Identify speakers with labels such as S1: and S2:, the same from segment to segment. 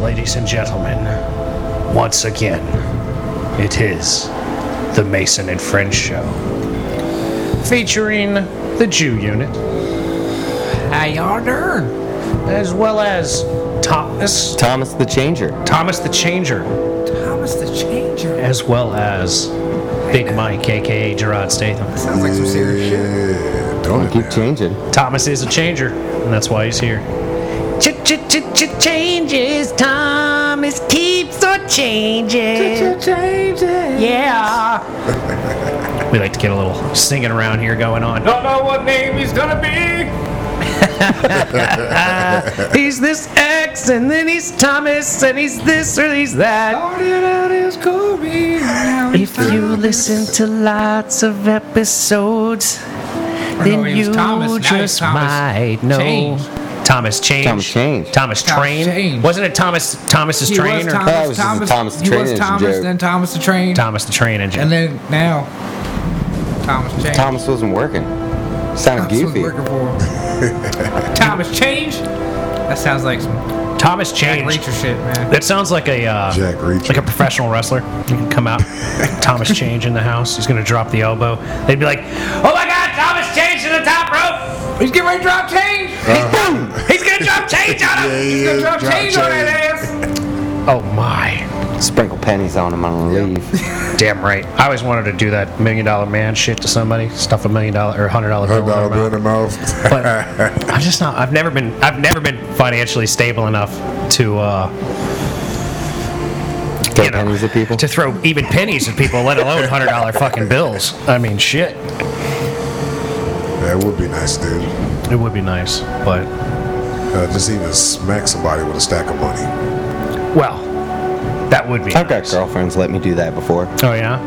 S1: ladies and gentlemen, once again, it is the Mason and Friends Show, featuring the Jew Unit,
S2: How y'all doing?
S1: as well as Thomas,
S3: Thomas the Changer.
S1: Thomas the Changer,
S2: Thomas the Changer.
S1: as well as Big Mike, aka Gerard Statham.
S2: Sounds like some serious shit.
S4: Yeah, throwing it
S3: Keep
S4: down.
S3: changing.
S1: Thomas is a changer, and that's why he's here. Changes, Thomas keeps on changing. Yeah. we like to get a little singing around here going on. Don't know what name he's gonna be. he's this X, and then he's Thomas, and he's this or he's that. If you listen to lots of episodes,
S2: no,
S1: then
S2: he was
S1: you
S2: Thomas. Now he's
S1: just
S2: Thomas
S1: might know.
S2: Change.
S1: Thomas Change.
S3: Thomas Change.
S1: Thomas
S2: Thomas
S1: Train.
S2: Change.
S1: Wasn't it Thomas Thomas's
S2: He
S1: Train
S2: was
S1: or
S2: Thomas,
S3: Oh, it was just a
S2: Thomas,
S3: Thomas the
S2: he
S3: Train
S2: was
S3: is a
S2: Thomas,
S3: joke.
S2: then Thomas the Train,
S1: Thomas the Train Engine?
S2: and then now Thomas Change.
S3: Thomas wasn't working. Sounded
S2: That's what's
S3: goofy.
S2: working for him. Thomas Change. That sounds like some
S1: Thomas
S2: Jack
S1: Change.
S2: Reacher shit, man.
S1: That sounds like a uh,
S4: Jack Reacher.
S1: like a professional wrestler. You can come out, Thomas Change in the house. He's gonna drop the elbow. They'd be like, "Oh my God, Thomas Change to the top rope!
S2: He's getting ready to drop change.
S3: Uh-huh.
S1: He's gonna drop change on him!"
S4: Yeah,
S2: He's
S4: yeah,
S2: gonna drop, change, on
S4: change.
S2: that ass.
S1: Oh my,
S3: Sprinkle pennies on him on the leave.
S1: damn right. I always wanted to do that million dollar man shit to somebody. Stuff a million dollar or hundred dollar bill in
S4: Hundred
S1: their
S4: dollar
S1: mouth.
S4: bill in the mouth.
S1: but I'm just not. I've never been. I've never been financially stable enough to uh,
S3: Throw
S1: you know,
S3: pennies at people.
S1: to throw even pennies at people, let alone hundred dollar fucking bills. I mean, shit.
S4: That would be nice, dude.
S1: It would be nice, but
S4: Uh, just even smack somebody with a stack of money.
S1: well, that would be.
S3: I've got
S1: nice.
S3: girlfriends let me do that before.
S1: Oh yeah.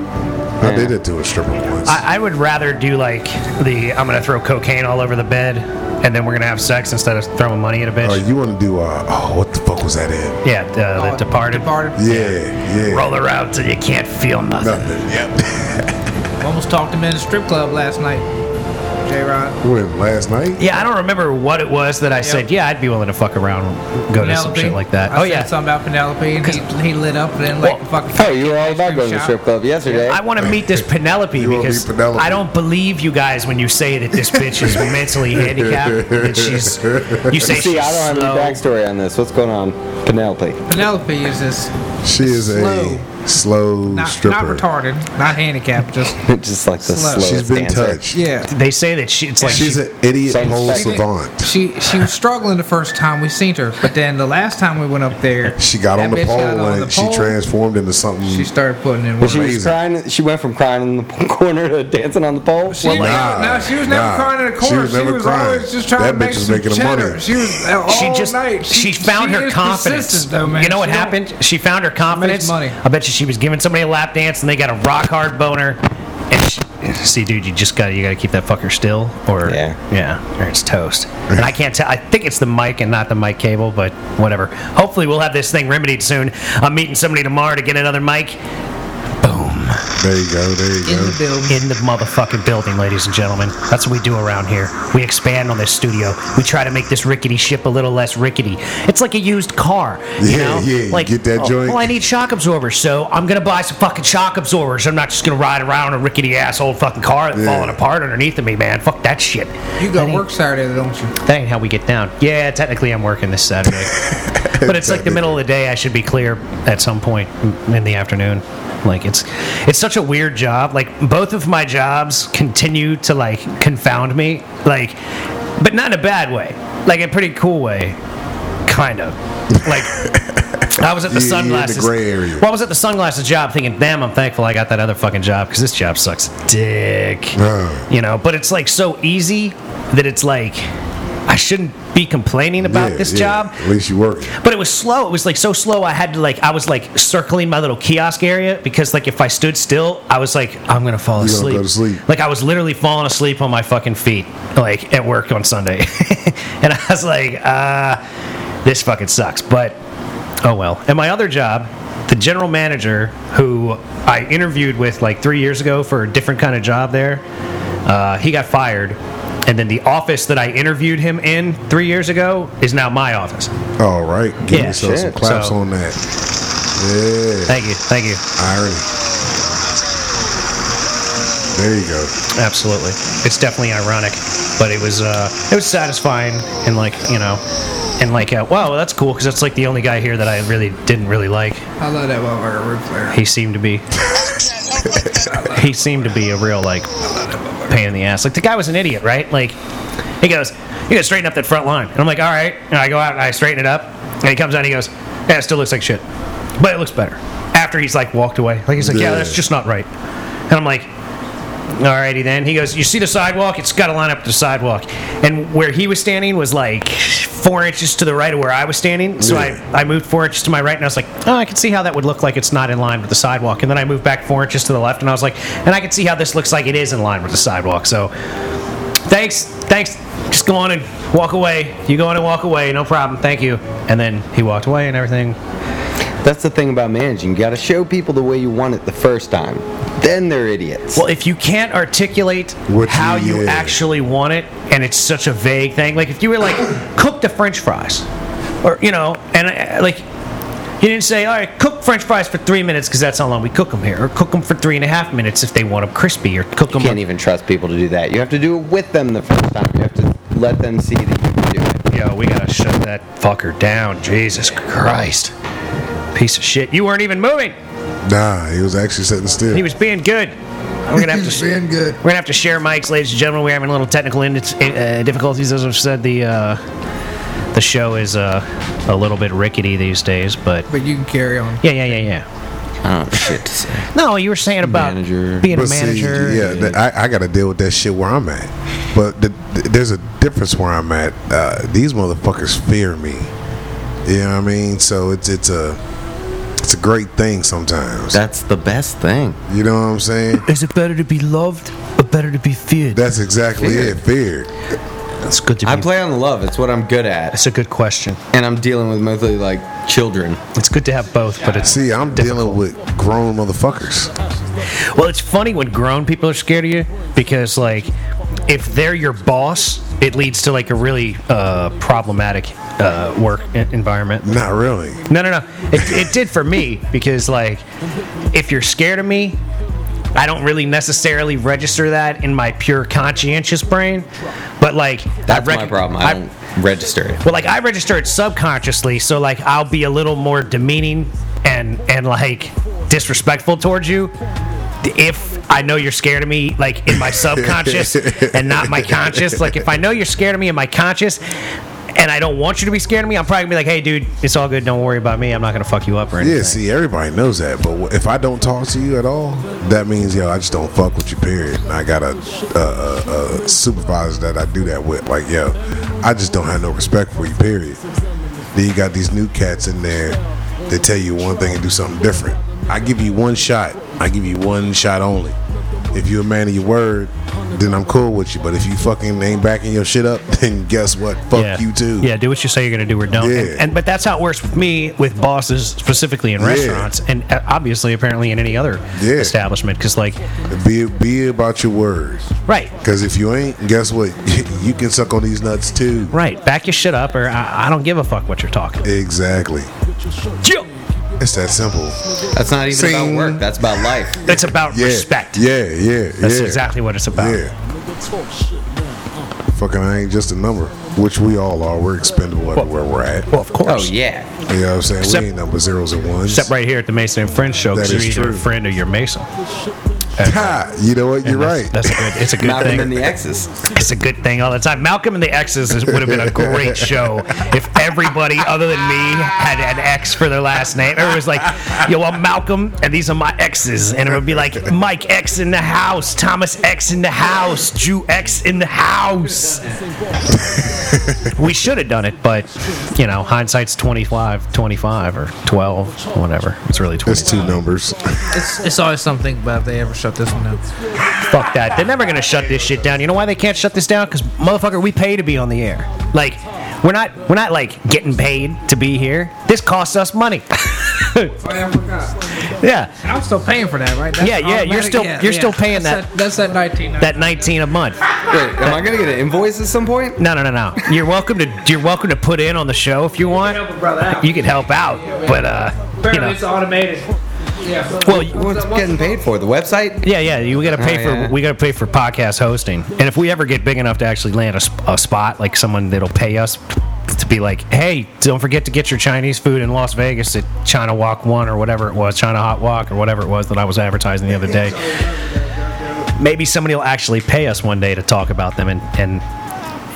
S4: I did it to a stripper once.
S1: I, I would rather do like the I'm gonna throw cocaine all over the bed, and then we're gonna have sex instead of throwing money at a bitch.
S4: Oh, you want to do? Uh, oh, what the fuck was that in?
S1: yeah, uh, the departed.
S2: Departed.
S4: Yeah, yeah.
S1: Roll her out till you can't feel nothing.
S4: Nothing. Yep.
S2: Almost talked him in the strip club last night. J Rod.
S4: You went last night.
S1: Yeah, I don't remember what it was that I said. Yeah, I'd be willing to fuck around, go to some
S2: Penelope.
S1: shit like that.
S2: I
S1: oh
S2: said
S1: yeah,
S2: something about Penelope, and he, he lit up, and then like
S1: Well,
S2: the fucking.
S3: Hey, you were all about
S2: Cream
S3: going to the
S2: shop.
S3: strip club yesterday.
S1: I want to meet this Penelope
S4: You wanna
S1: because
S4: meet Penelope.
S1: I don't believe you guys when you say that this bitch is mentally handicapped. That she's you say
S3: See,
S1: she's
S3: I don't
S1: slow.
S3: have any backstory on this. What's going on, Penelope?
S2: Penelope is this
S4: She is a slow
S2: not,
S4: stripper.
S2: not retarded, not handicapped, just
S3: Just like the
S2: Slow.
S3: slowest
S4: She's been
S3: dancer.
S4: touched.
S2: yeah.
S1: They say that she, it's like
S4: She's
S1: she-
S4: an idiot
S3: Same
S4: pole
S3: sex.
S4: savant.
S2: She she was struggling the first time we seen her, but then the last time we went up there,
S4: She got
S2: that
S4: on the
S2: bitch
S4: pole
S2: got on
S4: and
S2: the
S4: she
S2: pole,
S4: transformed into something.
S2: She started putting in
S3: But
S2: work.
S3: she was
S4: Amazing.
S3: crying. She went from crying in the corner to dancing on the pole.
S2: She
S3: Well,
S2: was
S4: Nah,
S2: never, no, she was never
S4: nah.
S2: crying in the
S4: She
S2: corner.
S4: was
S2: She was,
S4: never crying.
S2: always just trying
S4: That
S2: to make
S4: bitch was
S2: some
S4: making the
S2: cheddar.
S4: money.
S2: She was uh, all
S1: she just
S2: night.
S1: she, found
S2: she
S1: her
S2: is
S1: confidence.
S2: persistent, Though, man.
S1: You know what
S2: She don't-
S1: happened? She found her confidence.
S2: money.
S1: I bet you she was giving somebody a lap dance and they got a rock hard boner. And she, see, dude, you just got to you got to keep that fucker still, or
S3: Yeah.
S1: yeah, or it's toast. And I can't tell. I think it's the mic and not the mic cable, but whatever. Hopefully, we'll have this thing remedied soon. I'm meeting somebody tomorrow to get another mic
S4: there you go. There you
S2: in
S4: go.
S2: the building.
S1: in the motherfucking building, ladies and gentlemen. That's what we do around here. We expand on this studio. We try to make this rickety ship a little less rickety. It's like a used car. You
S4: Yeah,
S1: know?
S4: yeah, you
S1: Like,
S4: get that
S1: oh,
S4: joint.
S1: Well, I need shock absorbers, so I'm gonna buy some fucking shock absorbers. I'm not just gonna ride around in a rickety ass old fucking car that's
S4: Yeah.
S1: falling apart underneath of me, man. Fuck that shit.
S2: You got work Saturday, don't you?
S1: That ain't how we get down. Yeah, technically I'm working this Saturday, but it's like the middle of the day. I should be clear at some point in the afternoon. Like it's it's such a weird job. Like both of my jobs continue to like confound me. Like, but not in a bad way. Like a pretty cool way, kind of. Like. I was at the
S4: You- you're in the
S1: sunglasses.
S4: gray area.
S1: Well, I was at the sunglasses job, thinking, "Damn, I'm thankful I got that other fucking job because this job sucks dick."
S4: Uh.
S1: you know but it's like so easy that it's like i shouldn't be complaining about
S4: Yeah,
S1: this
S4: yeah.
S1: job
S4: At least you work.
S1: but it was slow it was like so slow i had to like i was like circling my little kiosk area because like if i stood still i was like i'm gonna fall
S4: You're
S1: asleep
S4: gonna go to sleep.
S1: like i was literally falling asleep on my fucking feet like at work on sunday and i was like uh this fucking sucks but oh well and my other job the general manager who i interviewed with like three years ago for a different kind of job there uh, he got fired And then the office that I interviewed him in three years ago is now my office.
S4: All right. Give
S1: Yeah,
S4: yourself some
S3: shit.
S4: claps
S1: So-
S4: on that. Yeah.
S1: Thank you. Thank you.
S4: Irony. There you go.
S1: Absolutely. It's definitely ironic, but it was uh, it was satisfying and like you know, and like uh, wow, that's cool because that's like the only guy here that I really didn't really like.
S2: I love that motherfucker, Ric Flair.
S1: He seemed to be he seemed to be a real like pain in the ass. Like the guy was an idiot, right? Like he goes, you gotta straighten up that front line, and I'm like, all right. And I go out and I straighten it up, and he comes out and he goes, yeah, it still looks like shit, but it looks better. After he's like walked away, like he's like, yeah,
S4: Yeah.
S1: that's just not right. And I'm like, Alrighty then. He goes, You see the sidewalk? It's got to line up to the sidewalk. And where he was standing was like four inches to the right of where I was standing. So
S4: Yeah.
S1: I, I moved four inches to my right and I was like, Oh, I can see how that would look like it's not in line with the sidewalk. And then I moved back four inches to the left and I was like, And I can see how this looks like it is in line with the sidewalk. So thanks, thanks. Just go on and walk away. You go on and walk away. No problem. Thank you. And then he walked away and everything.
S3: That's the thing about managing. You got to show people the way you want it the first time. Then they're idiots.
S1: Well, if you can't articulate
S4: What
S1: how you
S4: you- yeah.
S1: actually want it, and it's such a vague thing, like if you were like, cook the French fries, or you know, and uh, like you didn't say, all right, cook French fries for three minutes because that's how long we cook them here, or cook them for three and a half minutes if they want them crispy, or cook them.
S3: you can't even trust people to do that. You have to do it with them the first time. You have to let them see that you can do it.
S1: Yo, we gotta shut that fucker down. Jesus Christ, piece of shit! You weren't even moving.
S4: Nah, he was actually sitting still.
S1: He was being good. We're gonna have to.
S2: being good.
S1: We're gonna have to share mics, ladies and gentlemen. We're having a little technical in- uh, difficulties. As I've said, the uh, the show is uh, a little bit rickety these days, but
S2: But you can carry on.
S1: yeah, yeah, yeah, yeah.
S3: I
S1: Oh,
S3: don't have shit to say.
S1: No, you were saying about
S3: Manager.
S1: being a
S4: But see,
S1: manager.
S4: yeah, th- I, I got to deal with that shit where I'm at. But the, th- there's a difference where I'm at. Uh, these motherfuckers fear me. You know what I mean? So it's it's a it's a great thing sometimes.
S3: That's the best thing.
S4: you know what I'm saying?
S1: Is it better to be loved or better to be feared?
S4: That's exactly
S3: Fear.
S4: it. Fear.
S1: That's good to be.
S3: I play on the love. It's what I'm good at.
S1: That's a good question.
S3: And I'm dealing with mostly like children.
S1: It's good to have both, but it's
S4: See, I'm dealing with grown motherfuckers.
S1: Well, it's funny when grown people are scared of you because, like, if they're your boss, it leads to like a really uh, problematic uh, work e- environment.
S4: Not really.
S1: No, no, no. It, it did for me because, like, if you're scared of me, I don't really necessarily register that in my pure conscientious brain. But like,
S3: That's
S1: I rec-
S3: my problem. I, don't register it.
S1: well, like I register it subconsciously, so like I'll be a little more demeaning and and like disrespectful towards you if I know you're scared of me, like in my subconscious and not my conscious. Like if I know you're scared of me in my conscious. And I don't want you to be scared of me. I'm probably gonna be like, "Hey, dude, it's all good. Don't worry about me. I'm not gonna fuck you up or anything."
S4: Yeah, see, everybody knows that. But wh- if I don't talk to you at all, that means, yo, I just don't fuck with you, period. And I got a, a, a, a uh, supervisor that I do that with. Like, yo, I just don't have no respect for you, period. Then you got these new cats in there that tell you one thing and do something different. I give you one shot. I give you one shot only. If you're a man of your word, then I'm cool with you. But if you fucking ain't backing your shit up, then guess what? Fuck
S1: yeah.
S4: you too.
S1: Yeah, do what you say you're gonna do or don't.
S4: Yeah.
S1: And, and but that's how it works with me with bosses specifically in restaurants and uh, obviously apparently in any other
S4: Yeah.
S1: establishment because like
S4: Be be about your word.
S1: right
S4: Because if you ain't, guess what? you can suck on these nuts too.
S1: Right. Back your shit up, or I, I don't give a fuck what you're talking.
S4: Exactly. It's that simple.
S3: That's not even
S4: Sing.
S3: about work. That's about life.
S1: It's about
S4: Yeah.
S1: respect.
S4: Yeah, yeah,
S1: That's
S4: yeah.
S1: exactly what it's about.
S4: Yeah. Fucking, I ain't just a number, which we all are. We're expendable everywhere we're at.
S1: Well, of
S3: Oh,
S1: course.
S3: yeah.
S4: You know what I'm saying?
S1: Except-
S4: we ain't number zeros and ones.
S1: Except right here at the Mason and Friend show, because
S4: That
S1: you're
S4: is
S1: either a
S4: true.
S1: friend or you're Mason.
S4: Ha! You know what? You're
S1: And that's,
S4: right.
S1: That's a good. It's a good
S3: Malcolm
S1: thing.
S3: and the X's.
S1: it's a good thing all the time. Malcolm and the X's is, would have been a great show if everybody other than me had an X for their last name. Everyone was like, "Yo, I'm Malcolm, and these are my X's," and it would be like Mike X in the house, Thomas X in the house, Jew X in the house. we should have done it, but you know, hindsight's 25, 25 or twelve, whatever. It's really
S4: It's
S1: twenty.
S4: two numbers.
S2: It's, it's always something, but if they ever shut this one down,
S1: Fuck that. They're never gonna shut this shit down. You know why they can't shut this down? Because motherfucker, we pay to be on the air. Like, we're not we're not like getting paid to be here. This costs us money. too.
S2: I forgot.
S1: Yeah,
S2: I'm still paying for that, right? That's
S1: Yeah, yeah, you're
S2: automatic-
S1: still- you're still paying
S2: that's
S1: that-
S2: That's that 19.
S1: that 19 a month.
S3: Wait, am I gonna get an invoice at some point?
S1: No, no, no, no. You're welcome to you're welcome to put in on the show if you want.
S2: help a brother out.
S1: You can help out, but uh, you
S2: Apparently
S1: know,
S2: it's automated. Yeah.
S1: well, you-
S3: What's it getting paid for? The website?
S1: yeah, yeah. You gotta pay
S3: Oh,
S1: for
S3: yeah.
S1: we gotta pay for podcast hosting, and if we ever get big enough to actually land a, sp- a spot, like someone that'll pay us to be like, hey, don't forget to get your Chinese food in Las Vegas at China Walk One or whatever it was, China Hot Walk or whatever it was that I was advertising the other day. Maybe somebody will actually pay us one day to talk about them and and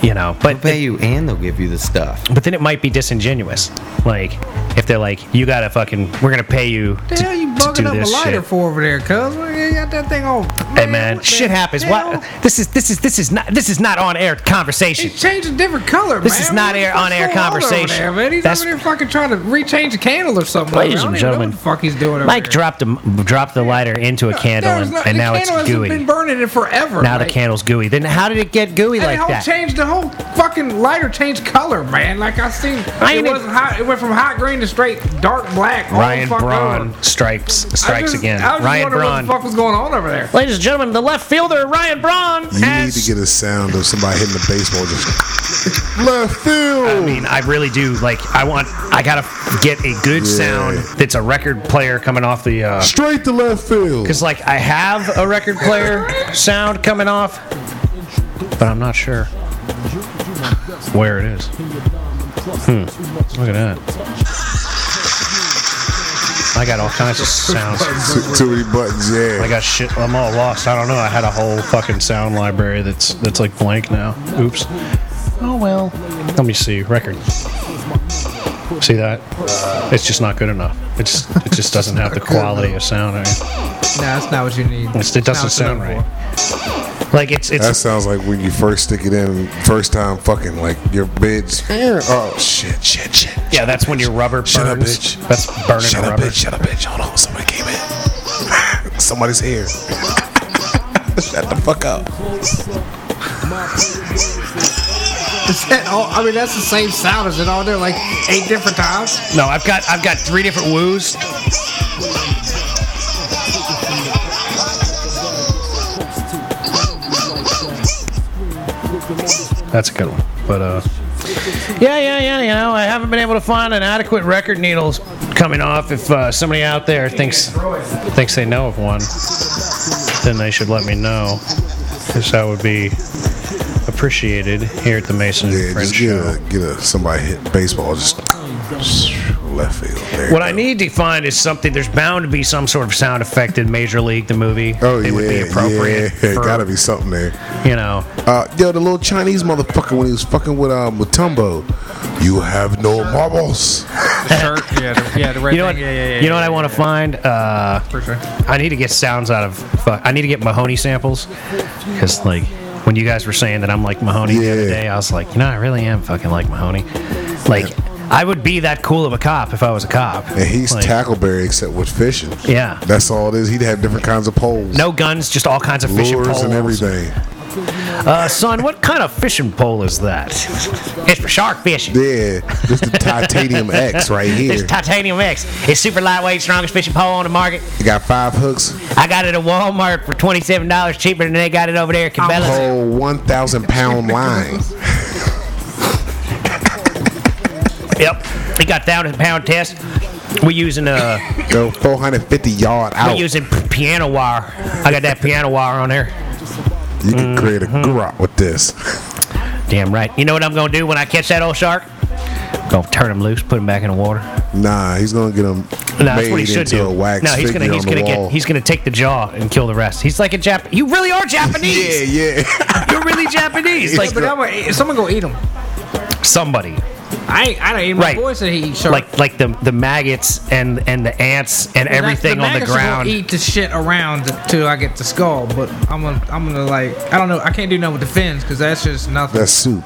S1: you know, but
S3: Pay you and they'll give you the stuff.
S1: But then it might be disingenuous. Like, if they're like, you gotta fucking, we're gonna pay you.
S2: What the hell you bugging up a lighter
S1: shit.
S2: for over there, cuz? What You got that thing on.
S1: Hey man,
S2: what
S1: shit
S2: the
S1: happens.
S2: hell?
S1: What? This is this is this is not this is not on air conversation.
S2: He's changed a different color,
S1: This
S2: man.
S1: is not
S2: What
S1: air-
S2: the fuck's
S1: on-air
S2: going over
S1: conversation.
S2: there, man? He's
S1: That's-
S2: over there fucking trying to rechange the candle or something.
S1: Ladies
S2: I
S1: and
S2: don't even know
S1: gentlemen,
S2: what the fuck he's doing over
S1: Mike
S2: there.
S1: dropped the dropped the lighter into a candle
S2: There's
S1: and,
S2: not-
S1: and
S2: the
S1: now it's
S2: candle hasn't
S1: gooey.
S2: been burning it forever.
S1: now
S2: like-
S1: the candle's gooey. Then how did it get gooey
S2: And
S1: like
S2: the whole
S1: that?
S2: changed the whole fucking lighter changed color, man. Like I seen,
S1: I
S2: it
S1: ain't- e-
S2: wasn't hot. It went from hot green to straight dark black. all
S1: Ryan
S2: fucked
S1: Braun
S2: over.
S1: stripes
S2: I
S1: strikes
S2: just-
S1: again.
S2: I was just
S1: Ryan
S2: wondering
S1: Braun.
S2: What the fuck was going on over there?
S1: Ladies and gentlemen, the left fielder Ryan Braun.
S4: You
S1: has-
S4: need to get a sound of somebody hitting the baseball just left field.
S1: I mean, I really do. Like, I want, I gotta get a good sound that's a record player coming off the. uh
S4: Straight to left field.
S1: Because, like, I have a record player sound coming off, but I'm not sure where it is. Hmm. Look at that. I got all kinds of sounds.
S4: Too, too many buttons,
S1: I
S4: yeah.
S1: got shit. I'm all lost. I don't know. I had a whole fucking sound library that's that's like blank now. Oops. Oh well. Let me see record. See that? It's just not good enough. It's it just doesn't have the quality of sound. Right?
S2: No, that's not what you need.
S1: It's, it doesn't
S2: That's not
S1: sound
S2: what
S1: right. Like it's it's
S4: That sounds like when you first stick it in, first time fucking, like your bitch. Oh, shit, shit, shit.
S1: yeah. That's when your rubber burns.
S4: Shut up, bitch.
S1: That's burning
S4: Shut up,
S1: rubber.
S4: bitch. Shut up, bitch. Hold on. Somebody came in. Somebody's here. Shut the fuck up.
S2: Is that all, Oh, I mean, that's the same sound. Is it all there like eight different times?
S1: No, I've got I've got three different woos. That's a good one, but uh, yeah, yeah, yeah. You know, I haven't been able to find an adequate record needles coming off. If uh, somebody out there thinks thinks they know of one, then they should let me know, because that would be appreciated here at the Mason and
S4: Yeah,
S1: Friends
S4: just get
S1: Show.
S4: a, get a somebody hit baseball just left field. There
S1: What
S4: you
S1: I
S4: go.
S1: need to find is something. There's bound to be some sort of sound effect in Major League, the movie.
S4: Oh
S1: it
S4: yeah,
S1: would be appropriate.
S4: yeah.
S1: for,
S4: Gotta be something there.
S1: You know,
S4: Uh, yo, the little Chinese motherfucker when he was fucking with um with Tumbo, you have no marbles.
S2: Shirt, yeah, the, yeah, the right
S1: you know what?
S2: thing. Yeah, yeah, yeah.
S1: you know what I want to find? Uh,
S2: For sure.
S1: I need to get sounds out of. Fuck, I need to get Mahoney samples because like when you guys were saying that I'm like Mahoney the other
S4: Yeah.
S1: day, I was like, you know, I really am fucking like Mahoney. Like I would be that cool of a cop if I was a cop.
S4: And he's
S1: Like,
S4: tackleberry except with fishing.
S1: Yeah.
S4: That's all it is. He'd have different kinds of poles.
S1: No guns, just all kinds of fishing
S4: Lures
S1: poles
S4: and everything.
S1: Uh, son, what kind of fishing pole is that? It's for shark fishing.
S4: Yeah. This the titanium X right
S1: This
S4: here.
S1: titanium X. It's super lightweight, strongest fishing pole on the market.
S4: It got five hooks.
S1: I got it at Walmart for twenty-seven dollars cheaper than they got it over there at Cabela's.
S4: Whole one thousand pound line.
S1: Yep, we got thousand pound test. We're using uh,
S4: Go four hundred fifty yard
S1: we're
S4: out. You
S1: using p- piano wire. I got that piano wire on there.
S4: could
S1: Mm-hmm.
S4: create a grot with this.
S1: Damn right. You know what I'm gonna do when I catch that old shark? Gonna turn him loose, put him back in the water.
S4: Nah, he's gonna get him
S1: No, that's what he
S4: made
S1: should
S4: into
S1: do.
S4: a wax
S1: no, he's
S4: figure
S1: gonna he's
S4: on
S1: gonna
S4: the wall.
S1: get he's gonna take the jaw and kill the rest. He's like a Jap. You really are Japanese.
S4: yeah, yeah.
S1: You're really Japanese.
S2: Yeah,
S1: Like
S2: but I'm gonna, eat- someone gonna eat them.
S1: somebody.
S2: I ain't, I don't eat my
S1: Right.
S2: boys that he eat shark.
S1: like like the the maggots and and the ants and
S2: That's-
S1: everything on the
S2: maggots are gonna
S1: ground.
S2: Eat the shit around till I get the skull, but I'm gonna, I'm gonna like, I don't know, I can't do nothing with the fins because that's just nothing.
S4: That's soup.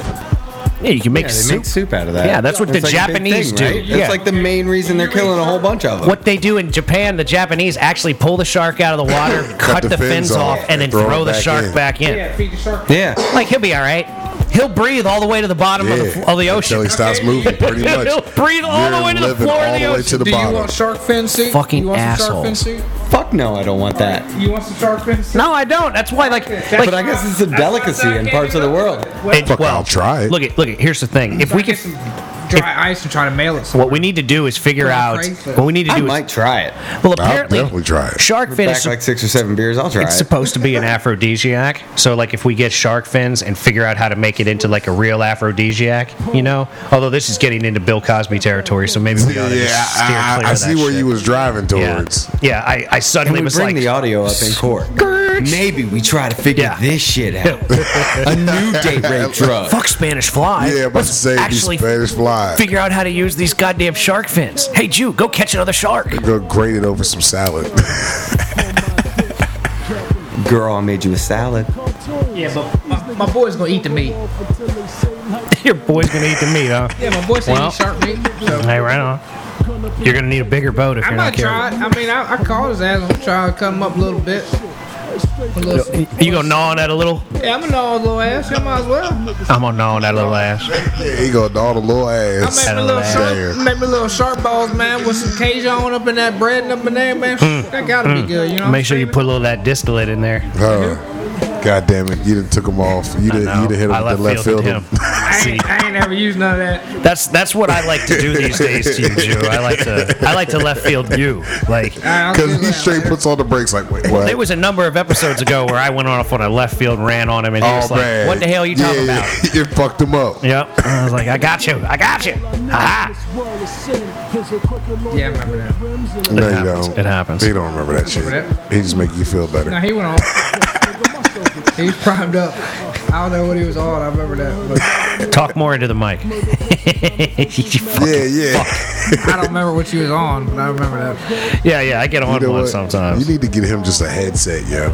S1: Yeah, you can make
S3: Yeah, they
S1: soup.
S3: make soup out of that.
S1: Yeah, that's what the
S3: It's like a big
S1: Japanese do.
S3: right?
S1: Yeah.
S3: That's like the main reason they're killing a whole bunch of them.
S1: What they do in Japan, the Japanese actually pull the shark out of the water, cut, the, fins off, and then throw,
S4: it
S1: the
S4: back
S1: shark
S4: in.
S1: back in.
S2: yeah, feed the shark.
S3: Yeah.
S1: Like he'll be all right. He'll breathe all the way to the bottom of, the, fl- of the ocean.
S4: Until he stops moving, pretty much.
S1: He'll breathe all the
S4: You're
S1: way to the
S4: living
S1: floor of
S4: all
S1: the
S4: way to
S1: ocean.
S4: the
S2: Do you
S4: bottom.
S2: want shark fin soup?
S1: Fucking
S2: you want Some shark fin
S1: assholes.
S2: soup?
S3: Fuck no, I don't want that.
S2: You want some shark fin soup?
S1: No, I don't. That's why, like, like
S3: But I guess it's a delicacy in parts of the world.
S1: And-
S4: Fuck, I'll try it.
S1: Look at look at. Here's the thing. If we
S2: get
S1: could,
S2: some dry ice and try to mail it. somewhere.
S1: what we need to do is figure
S2: Put it on
S1: out.
S2: Craigslist.
S1: What we need to
S3: I
S1: do
S3: might try it.
S1: is well,
S4: I'll
S1: apparently,
S4: definitely try it.
S1: shark fin
S3: Back
S1: is
S3: like six or seven beers, I'll try
S1: It's
S3: it.
S1: supposed to be an aphrodisiac. So, like, if we get shark fins and figure out how to make it into like a real aphrodisiac, you know. Although this is getting into Bill Cosby territory, so maybe we ought to
S4: yeah,
S1: just steer clear
S4: I,
S1: of
S4: I, I
S1: that
S4: see where
S1: shit.
S4: you was driving
S1: Yeah,
S4: towards.
S1: yeah. I, I
S3: Can
S1: suddenly
S3: we
S1: was like,
S3: bring the audio up in court? Maybe we try to figure
S1: Yeah.
S3: this shit out. a new date rape drug.
S1: uh, "Fuck Spanish fly."
S4: Yeah, but
S1: Let's
S4: say these
S1: actually
S4: Spanish fly.
S1: figure out how to use these goddamn shark fins. Hey, Jew, go catch another shark.
S4: Go grate it over some salad.
S3: Girl, I made you a salad.
S2: Yeah, but my, my boy's gonna eat the meat.
S1: Your boy's gonna eat the meat, huh?
S2: Yeah, my boy's gonna
S1: Well.
S2: eat shark meat. So
S1: Hey, right on. You're gonna need a bigger boat if
S2: I
S1: you're not
S2: might try.
S1: careful.
S2: it. I mean, I, I called his ass. I'm trying to cut him up a little bit. A little,
S1: You gonna gnaw on that a little?
S2: yeah, I'm gonna gnaw his little ass. I might as well.
S1: I'm gonna gnaw on that little ass.
S4: yeah, he go all the little
S2: I
S4: ass.
S2: make me
S1: Settle
S2: little
S1: down.
S2: shark, make me little shark balls, man, with some Cajun up in that bread and up in there, man. That gotta be good, you know. what I'm
S1: Hmm. Make sure you
S2: saying?
S1: put a little of that distillate in there.
S4: Huh. God damn it! You done took him off. You done,
S1: No,
S4: you done hit him
S1: I
S4: with the left field.
S1: fielded
S2: I ain't, I ain't never used none of that.
S1: That's that's what I like to do these days to you, Jew. I like to I like to left field you. Like
S4: Because he straight puts on the brakes like, wait, what?
S1: there was a number of episodes ago where I went off on a left field ran on him and he was like, "What the hell are you talking
S4: Oh, yeah,
S1: about?"
S4: Yeah. It fucked him up.
S1: Yep. And I was like, "I got you. I got you." Aha.
S2: Yeah, I remember that.
S4: No, you
S1: happens.
S4: don't.
S1: It happens.
S4: He don't remember that shit. He just make you feel better.
S2: Now he went on. he was primed up. I don't know what he was on. I remember that, but
S1: Talk more into the mic.
S4: yeah, yeah.
S2: I don't remember what you was on. But I remember that.
S1: yeah, yeah. I get on
S4: You know
S1: one
S4: what?
S1: sometimes.
S4: You need to get him just a headset, yo.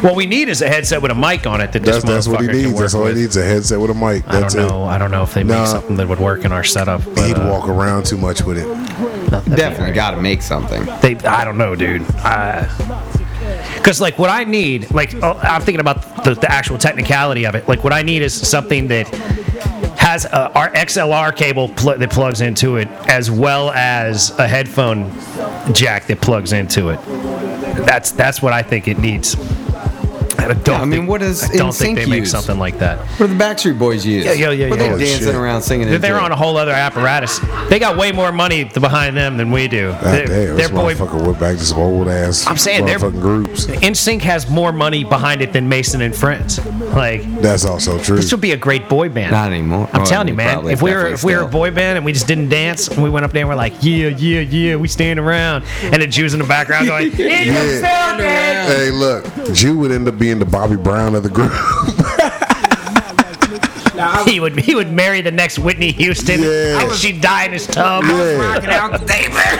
S1: what we need is a headset with a mic on it that
S4: That's
S1: this
S4: that's what he
S1: motherfucker can
S4: needs.
S1: work
S4: That's all
S1: with.
S4: he needs a headset with a mic.
S1: I don't
S4: That's
S1: know.
S4: it.
S1: I don't know if they
S4: Nah.
S1: make something that would work in our setup. But,
S4: He'd
S1: uh,
S4: walk around too much with it.
S1: that'd be
S3: Definitely
S1: great.
S3: got to make something.
S1: They, I don't know, dude. Because like what I need, like oh, I'm thinking about the, the actual technicality of it. Like what I need is something that has a, our XLR cable pl- that plugs into it, as well as a headphone jack that plugs into it. That's that's what I think it needs. And I don't.
S3: I mean,
S1: think-
S3: what does
S1: I don't think they
S3: NSYNC
S1: make
S3: use?
S1: something like that.
S3: What do the Backstreet Boys use?
S1: Yeah, yeah, yeah,
S3: What
S1: yeah.
S3: they
S4: Holy
S3: dancing
S4: shit.
S3: around singing.
S1: They're,
S3: into
S1: they're
S3: it?
S1: on a whole other apparatus. They got way more money behind them than we do.
S4: God
S1: Their-
S4: damn,
S1: their
S4: this
S1: boy-
S4: motherfucker went back to some old ass
S1: I'm saying they're-
S4: motherfucking groups.
S1: NSYNC has more money behind it than Mason and Friends. Like
S4: That's also true.
S1: this would be a great boy band.
S3: Not anymore.
S1: I'm
S3: Well,
S1: telling you, man.
S3: probably,
S1: If we were
S3: definitely
S1: if we were a
S3: still.
S1: boy band and we just didn't dance and we went up there and we're like, yeah, yeah, yeah, we stand around, and the Jews in the background going, yeah,
S4: Yeah. Hey, look, Oh, Jew would end up being the Bobby Brown of the group.
S2: Now, I,
S1: he would he would marry the next Whitney Houston.
S4: Yeah.
S1: and she'd die in his tub.
S4: yeah,
S2: rocking out the day, man.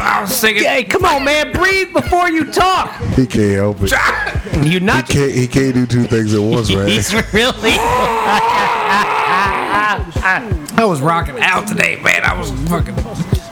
S2: I was singing.
S1: Hey, come on, man, breathe before you talk.
S4: he can't help it.
S1: You not.
S4: Can't, he can't do two things at once, man.
S1: He's really.
S2: I was rocking out today, man. I was fucking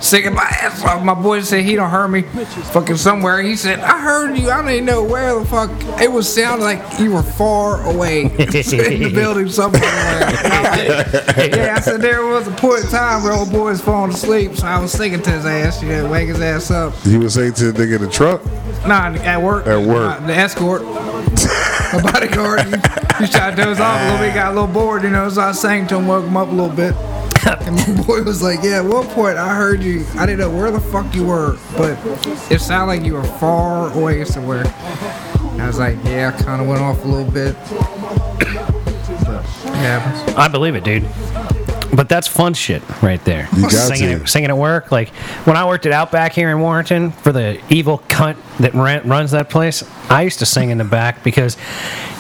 S2: singing my ass off. My boy said he don't heard me fucking somewhere. He said, I heard you. I don't even know where the fuck. It was sounding like you were far away in the building somewhere. And I'm like, yeah, I said there was a point in time where old boy was falling asleep, so I was singing to his ass, you know, wake his ass up.
S4: You would say to the nigga in the truck,
S2: Nah, at work.
S4: At work.
S2: Uh, the escort. My bodyguard. He, he tried to doze off a little bit, got a little bored, you know, so I sang to him, woke him up a little bit. And my boy was like, Yeah, at one point I heard you. I didn't know where the fuck you were, but it sounded like you were far away somewhere. And I was like, Yeah, I kind of went off a little bit. But it happens.
S1: I believe it, dude. But that's fun shit right there.
S4: You got
S1: singing,
S4: to.
S1: At, singing at work. Like when I worked at Outback here in Warrenton for the evil cunt that ran, runs that place, I used to sing in the back because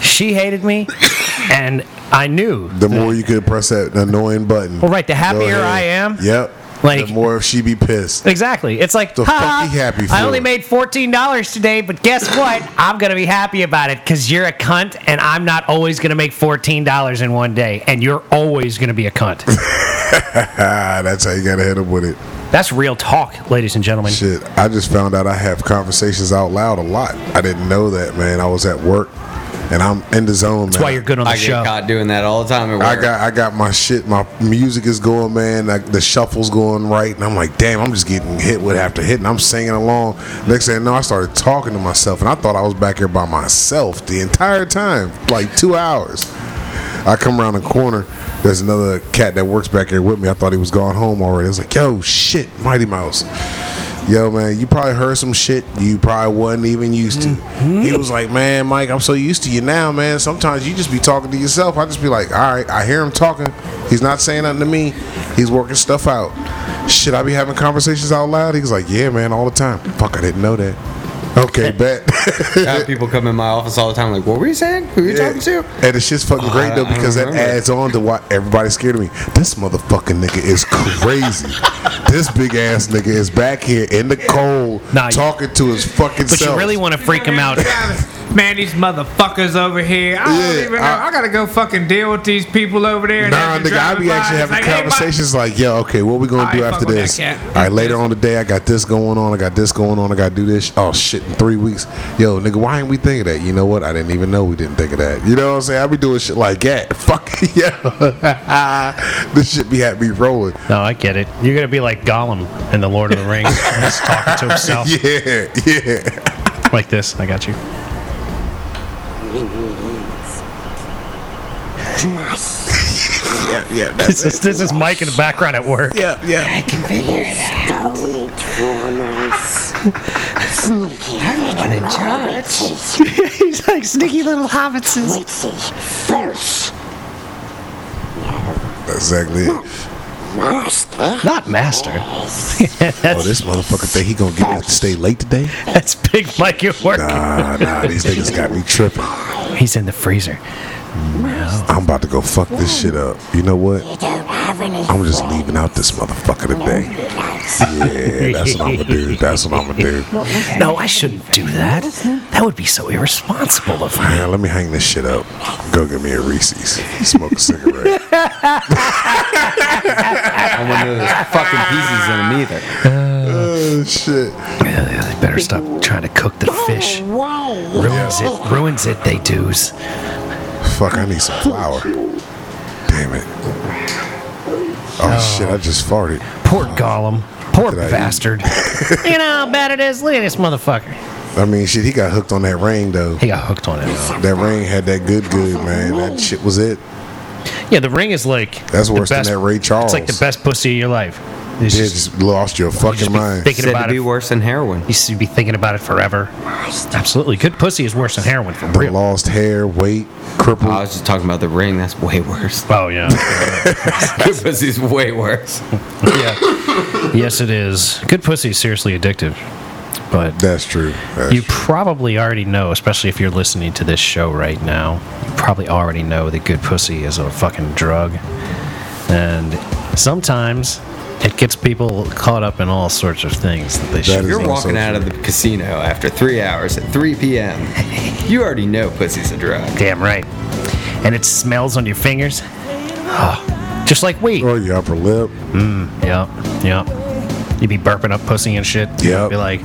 S1: she hated me and I knew.
S4: the more you could press that annoying button.
S1: Well, right, the
S4: Go
S1: happier
S4: ahead.
S1: I am,
S4: Yep.
S1: like-
S4: the more she be pissed.
S1: Exactly. It's like,
S4: The fuck
S1: "Ha,
S4: he happy
S1: I
S4: for?"
S1: only made $14 today, but guess what? I'm going to be happy about it because you're a cunt and I'm not always going to make $14 in one day and you're always going to be a cunt.
S4: Ah, that's how you gotta hit him with it.
S1: That's real talk, ladies and gentlemen.
S4: Shit, I just found out I have conversations out loud a lot. I didn't know that, man. I was at work and I'm in the zone.
S1: That's why you're good on the
S3: I get
S1: show.
S3: caught doing that all the time at work.
S4: I got I got my shit. My music is going, man. Like the shuffle's going right, and I'm like, damn, I'm just getting hit with after hit, and I'm singing along. Next thing I know, I started talking to myself, and I thought I was back here by myself the entire time, like two hours. I come around the corner. There's another cat that works back here with me. I thought he was gone home already. I was like, yo, shit, Mighty Mouse. Yo, man, you probably heard some shit you probably wasn't even used to. He was like, man, Mike, I'm so used to you now, man. Sometimes you just be talking to yourself. I just be like, all right, I hear him talking. He's not saying nothing to me. He's working stuff out. Should I be having conversations out loud? He was like, yeah, man, all the time. Fuck, I didn't know that. Okay, bet.
S3: I have people come in my office all the time like, what were you saying? Who you talking to?
S4: And it's just fucking great
S2: Oh,
S4: though
S3: I don't
S4: because that
S3: remember.
S4: adds on to why everybody's scared of me. This motherfucking nigga is crazy. this big ass nigga is back here in the cold
S1: Nah, you-
S4: talking to his fucking
S1: But
S4: self.
S1: you really want to freak him out.
S2: Man, these motherfuckers over here. I don't
S4: Yeah,
S2: even know.
S4: I-
S2: I, gotta go fucking deal with these people over there. and
S4: Nah,
S2: after
S4: nigga, I
S2: driving
S4: be
S2: by,
S4: actually
S2: it's
S4: having
S2: like, "Hey, bud."
S4: conversations like, yo, okay, what we gonna
S2: All
S4: do
S2: right,
S4: after
S2: fuck with
S4: this?
S2: that cat.
S4: All right, later on today, I got this going on, I got this going on, I got to do this. Oh shit, in three weeks, yo, nigga, why ain't we think of that? You know what? I didn't even know we didn't think of that. You know what I'm saying? I be doing shit like that. Fuck yeah, this shit be had me rolling.
S1: No, I get it. You're gonna be like Gollum in the Lord of the Rings, just talking to himself
S4: Yeah, yeah.
S1: like this. I got you.
S4: Yeah, yeah, that's
S1: This is this is Mike in the background at work.
S4: yeah, yeah.
S5: Only traumas. Sneaky little hobbitses.
S1: He's like sneaky little hobbitses.
S5: Let's see. First,
S4: That's exactly it.
S5: master.
S1: Not master.
S4: Oh, this motherfucker think he gonna get me to stay late today?
S1: That's Big Mike at work.
S4: Nah, nah, these niggas got me tripping.
S1: He's in the freezer.
S4: I'm about to go fuck this shit up. You know what?
S5: You don't have any.
S4: I'm just leaving out this motherfucker today. Yeah, that's what I'm gonna do. That's what I'm gonna do.
S1: No, I shouldn't do that. That would be so irresponsible of me.
S4: Man, let me hang this shit up. Go get me a Reese's. Smoke a cigarette.
S3: I wouldn't know there's fucking pieces in them either.
S4: oh shit.
S1: Yeah, they better stop trying to cook the fish. Ruins it. Ruins it. They do's.
S4: Fuck, I need some flour. Damn it. Oh shit, I just farted.
S1: Poor Gollum. Poor
S4: Did I eat?
S1: bastard. you know how bad it is. Look at this motherfucker.
S4: I mean, shit, he got hooked on that rain though.
S1: He got hooked on it.
S4: That ring had that good, good man. That shit was it.
S1: Yeah, the ring is like
S4: That's
S1: the
S4: worse than that Ray Charles.
S1: It's like the best pussy of your life. It's
S4: Yeah,
S1: just-
S4: just lost your
S1: you should
S4: fucking
S1: be
S4: mind.
S1: thinking
S3: Said
S1: about
S3: to be
S1: it.
S3: worse than heroin.
S1: You should be thinking about it forever. Absolutely, good pussy is worse than heroin for
S4: The
S1: real.
S4: lost hair, weight, crippled.
S3: I was just talking about the ring. That's way worse.
S1: Oh yeah,
S3: That pussy's way worse.
S1: yeah. Yes, it is. Good pussy is seriously addictive, but
S4: That's true. That's
S1: You probably already know, especially if you're listening to this show right now, you probably already know that good pussy is a fucking drug. And sometimes it gets people caught up in all sorts of things that they should.
S4: is-
S3: You're
S4: no
S3: walking out of the casino after three hours at 3 p.m. You already know pussy's a drug.
S1: Damn right. And it smells on your fingers. Ah, just like weed.
S4: Or Oh, your upper lip.
S1: Yep, yep. You'd be burping up pussy and shit.
S4: Yep.
S1: Be like,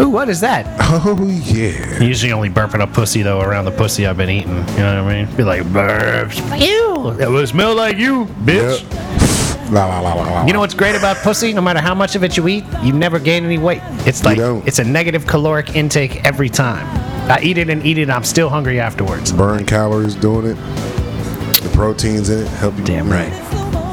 S1: ooh, what is that?
S4: Oh yeah.
S1: Usually only burping up pussy though around the pussy I've been eating. You know what I mean? Be like, burps. Ew. That would smell like you, bitch.
S4: Yep. La, la, la, la, la, la.
S1: You know what's great about pussy? No matter how much of it you eat, you never gain any weight. It's like
S4: don't.
S1: it's a negative caloric intake every time. I eat it and eat it, and I'm still hungry afterwards.
S4: burn calories doing it. The proteins in it help you.
S1: Damn right.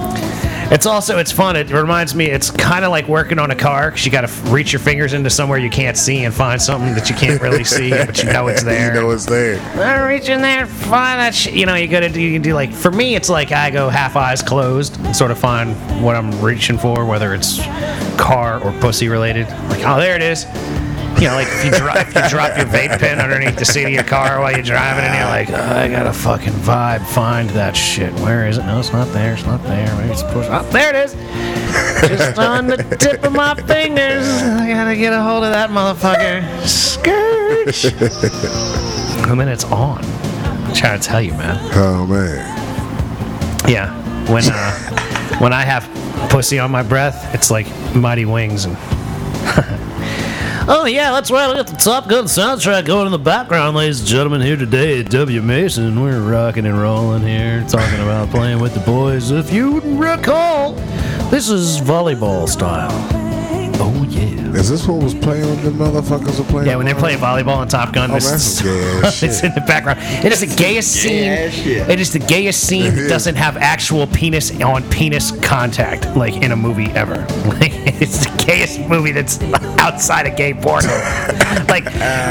S1: It's also it's fun. It reminds me. It's kind of like working on a car because you got to f- reach your fingers into somewhere you can't see and find something that you can't really see, but you know it's there.
S4: you know it's there.
S1: I'm reaching there, find that shit. You know, you gotta do, you can do like, for me, it's like I go half eyes closed, and sort of find what I'm reaching for, whether it's car or pussy related. Like, oh, there it is. You know, like if you, dri- if you drop your vape pen underneath the seat of your car while you're driving, and you're like, oh, I gotta fucking vibe, find that shit. Where is it? No, it's not there. It's not there. Maybe it's push. Oh, there it is. Just on the tip of my fingers. I gotta get a hold of that motherfucker. Scourge. And then it's on. I'm trying to tell you, man.
S4: Oh man.
S1: Yeah. When uh, when I have pussy on my breath, it's like mighty wings and
S6: Oh, yeah, that's right. I got the Top Gun soundtrack going in the background, ladies and gentlemen, here today at W. Mason. We're rocking and rolling here, talking about playing with the boys. If you recall, this is volleyball style. Oh, yeah.
S4: Is this what was playing when the motherfuckers were playing?
S1: Yeah, when they're playing volleyball on Top Gun,
S4: Oh,
S1: this is-
S4: that's gay as
S1: it's
S4: shit.
S1: in the background. It is the gayest scene.
S3: shit.
S1: It is the gayest scene
S4: It
S1: that
S4: is.
S1: doesn't have actual penis on penis contact, like in a movie ever. Like, it's the gayest movie that's outside of gay porno. like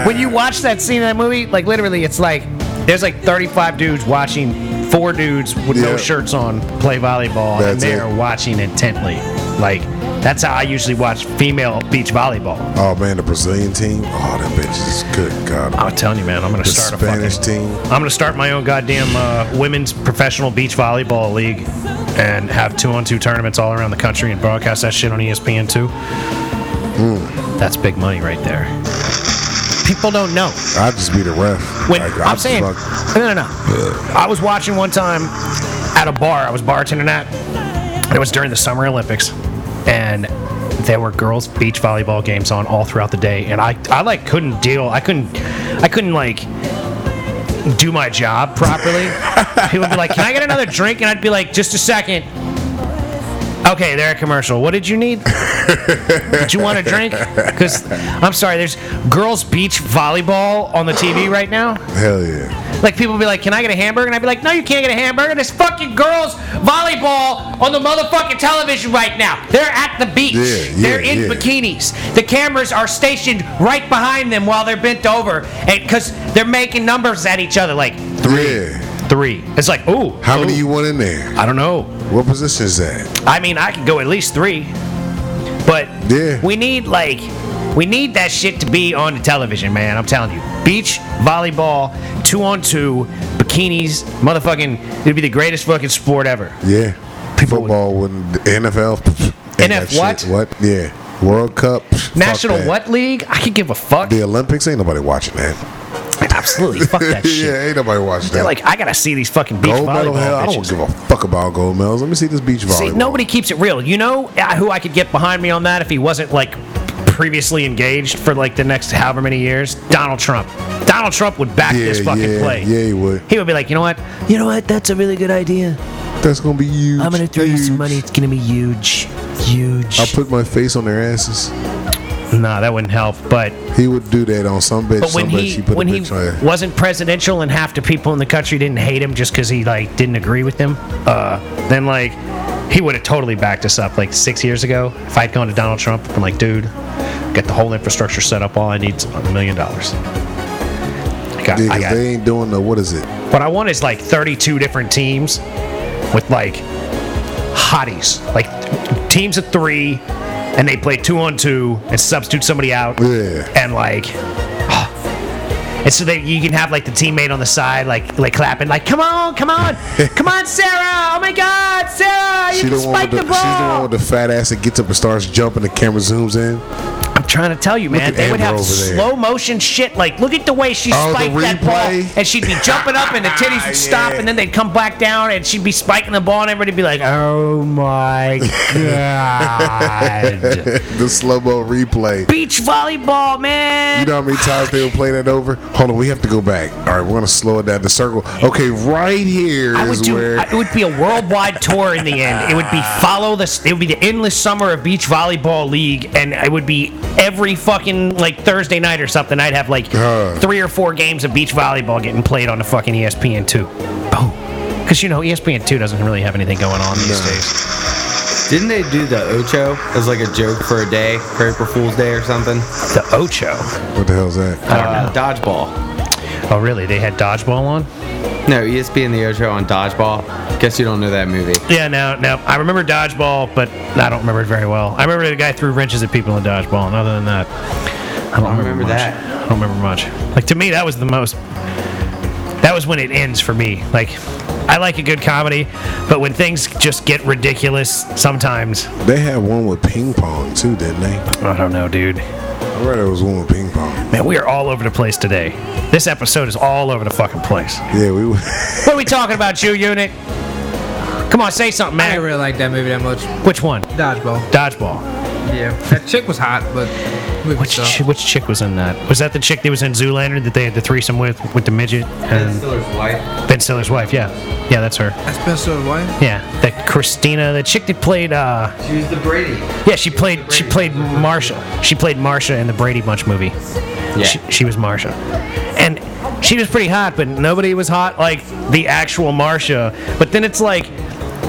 S1: when you watch that scene in that movie, like literally, it's like there's like 35 dudes watching four dudes with
S4: Yeah.
S1: no shirts on play volleyball, and
S4: That's
S1: they
S4: it.
S1: are watching intently. Like that's how I usually watch female beach volleyball.
S4: Oh man, the Brazilian team. Oh, that bitch is good. God,
S1: I'm telling you, man, I'm gonna
S4: the
S1: start
S4: Spanish
S1: a fucking.
S4: team.
S1: I'm gonna start my own goddamn uh, women's professional beach volleyball league, and have two-on-two tournaments all around the country and broadcast that shit on E ESPN too.
S4: Hmm.
S1: That's big money right there. People don't know.
S4: I'd just be the ref.
S1: When
S4: Like,
S1: I'm
S4: I'd
S1: saying,
S4: fuck-
S1: no, no, no. I was watching one time at a bar. I was bartending at. It was during the Summer Olympics, and there were girls' beach volleyball games on all throughout the day. And I, I like couldn't deal. I couldn't, I couldn't like do my job properly. People would be like, "Can I get another drink?" And I'd be like, "Just a second. Okay, they're a commercial. What did you need? did you want a drink? Because I'm sorry, there's girls' beach volleyball on the TV right now.
S4: hell yeah.
S1: Like people be like, "Can I get a hamburger?" And I'd be like, "No, you can't get a hamburger. There's fucking girls volleyball on the motherfucking television right now. They're at the beach.
S4: Yeah, yeah,
S1: they're in
S4: yeah.
S1: bikinis. The cameras are stationed right behind them while they're bent over, and because they're making numbers at each other, like
S4: Three.
S1: three. It's like, ooh,
S4: How
S1: ooh.
S4: many you want in there?
S1: I don't know.
S4: What position is that?
S1: I mean, I could go at least three, but
S4: Yeah.
S1: we need like we need that shit to be on the television, man. I'm telling you, beach volleyball, two on two, bikinis, motherfucking. It'd be the greatest fucking sport ever.
S4: Yeah.
S1: People would-
S4: Football wouldn't. NFL. pff, ain't
S1: NF
S4: that shit.
S1: what?
S4: What? Yeah. World Cup. pff, fuck
S1: National
S4: that.
S1: what league? I could give a fuck.
S4: The Olympics ain't nobody watching that.
S1: Absolutely, fuck that shit.
S4: yeah, ain't nobody watching
S1: They're
S4: that.
S1: like, I gotta see these fucking beach
S4: gold medal
S1: volleyball
S4: hell. I don't
S1: bitches.
S4: give a fuck about gold medals. Let me see this beach volleyball.
S1: See, nobody keeps it real. You know uh, who I could get behind me on that if he wasn't like previously engaged for like the next however many years? Donald Trump. Donald Trump would back
S4: Yeah,
S1: this fucking
S4: yeah,
S1: play.
S4: yeah, he would.
S1: He would be like, you know what? You know what? That's a really good idea.
S4: That's gonna be huge.
S1: I'm gonna throw you some
S4: huge.
S1: money. It's gonna be huge, huge.
S4: I'll put my face on their asses.
S1: nah, that wouldn't help. But
S4: He would do that on some bitch.
S1: but when
S4: some bitch
S1: he
S4: he put
S1: when
S4: a
S1: he
S4: bitch on. her.
S1: wasn't presidential and half the people in the country didn't hate him just because he like didn't agree with him, uh, then like he would have totally backed us up like six years ago if I'd gone to Donald Trump and like, dude, get the whole infrastructure set up. All I need is a million dollars. I got,
S4: Yeah,
S1: I
S4: 'cause
S1: got
S4: they ain't doing the what is it?
S1: What I want is like 32 different teams with like hotties, like teams of three, and they play two on two and substitute somebody out,
S4: Yeah.
S1: and like. oh. And so that you can have like the teammate on the side, like like clapping, like "Come on, come on, come on, Sarah! Oh my God, Sarah, you
S4: She
S1: can
S4: the one
S1: spike
S4: with
S1: the,
S4: the, she's the one
S1: ball!"
S4: with the fat ass that gets up and starts jumping. The camera zooms in.
S1: I'm trying to tell you, man,
S4: at
S1: they would
S4: Amber
S1: have
S4: over there.
S1: slow motion shit. Like, look at the way she
S4: Oh, the
S1: spiked that ball,
S4: replay?
S1: and she'd be jumping up, and the titties would stop,
S4: Yeah.
S1: and then they'd come back down, and she'd be spiking the ball, and everybody'd be like, "Oh my god,
S4: the slow mo replay.
S1: beach volleyball, man!"
S4: You know how many times they would play that over? Hold on, we have to go back. All right, we're gonna slow it down. The circle. Okay, right here
S1: I
S4: is
S1: would do.
S4: where.
S1: I- it would be a worldwide tour in the end. It would be follow the. It would be the endless summer of beach volleyball league, and it would be every fucking like Thursday night or something. I'd have like
S4: Huh.
S1: three or four games of beach volleyball getting played on the fucking E ESPN two. Boom. Because you know E ESPN two doesn't really have anything going on these days.
S3: Didn't they do the Ocho as like a joke for a day, for April Fool's Day or something?
S1: The Ocho.
S4: what the hell's that?
S3: Uh, dodgeball.
S1: Oh really? They had dodgeball on.
S3: No, E ESPN the Ocho on dodgeball. Guess you don't know that movie.
S1: Yeah, no, no. I remember dodgeball, but I don't remember it very well. I remember the guy threw wrenches at people in dodgeball, and other than that, I don't,
S3: remember
S1: much.
S3: that.
S1: I don't remember much. Like to me, that was the most. That was when it ends for me. Like, I like a good comedy, but when things just get ridiculous, sometimes
S4: They had one with ping pong too, didn't they?
S1: I don't know, dude.
S4: I read there was one with ping pong.
S1: Man, we are all over the place today. This episode is all over the fucking place.
S4: Yeah, we.
S1: What are we talking about, you unit? Come on, say something,
S2: I didn't
S1: man.
S2: really like that movie that much.
S1: Which one?
S2: Dodgeball.
S1: Dodgeball.
S2: Yeah. That chick was hot, but we
S1: Which
S2: sucked.
S1: chi- which chick was in that? Was that the chick that was in Zoolander that they had the threesome with with the midget and Ben Stiller's wife? Yeah, yeah, that's her.
S2: That's best of life.
S1: Yeah, that Christina, the chick that played. uh
S7: She was the Brady.
S1: Yeah, she played. She played Marsha. She played Marsha in the Brady Bunch movie. Yeah. She, she was Marsha, and she was pretty hot, but nobody was hot like the actual Marsha. But then it's like,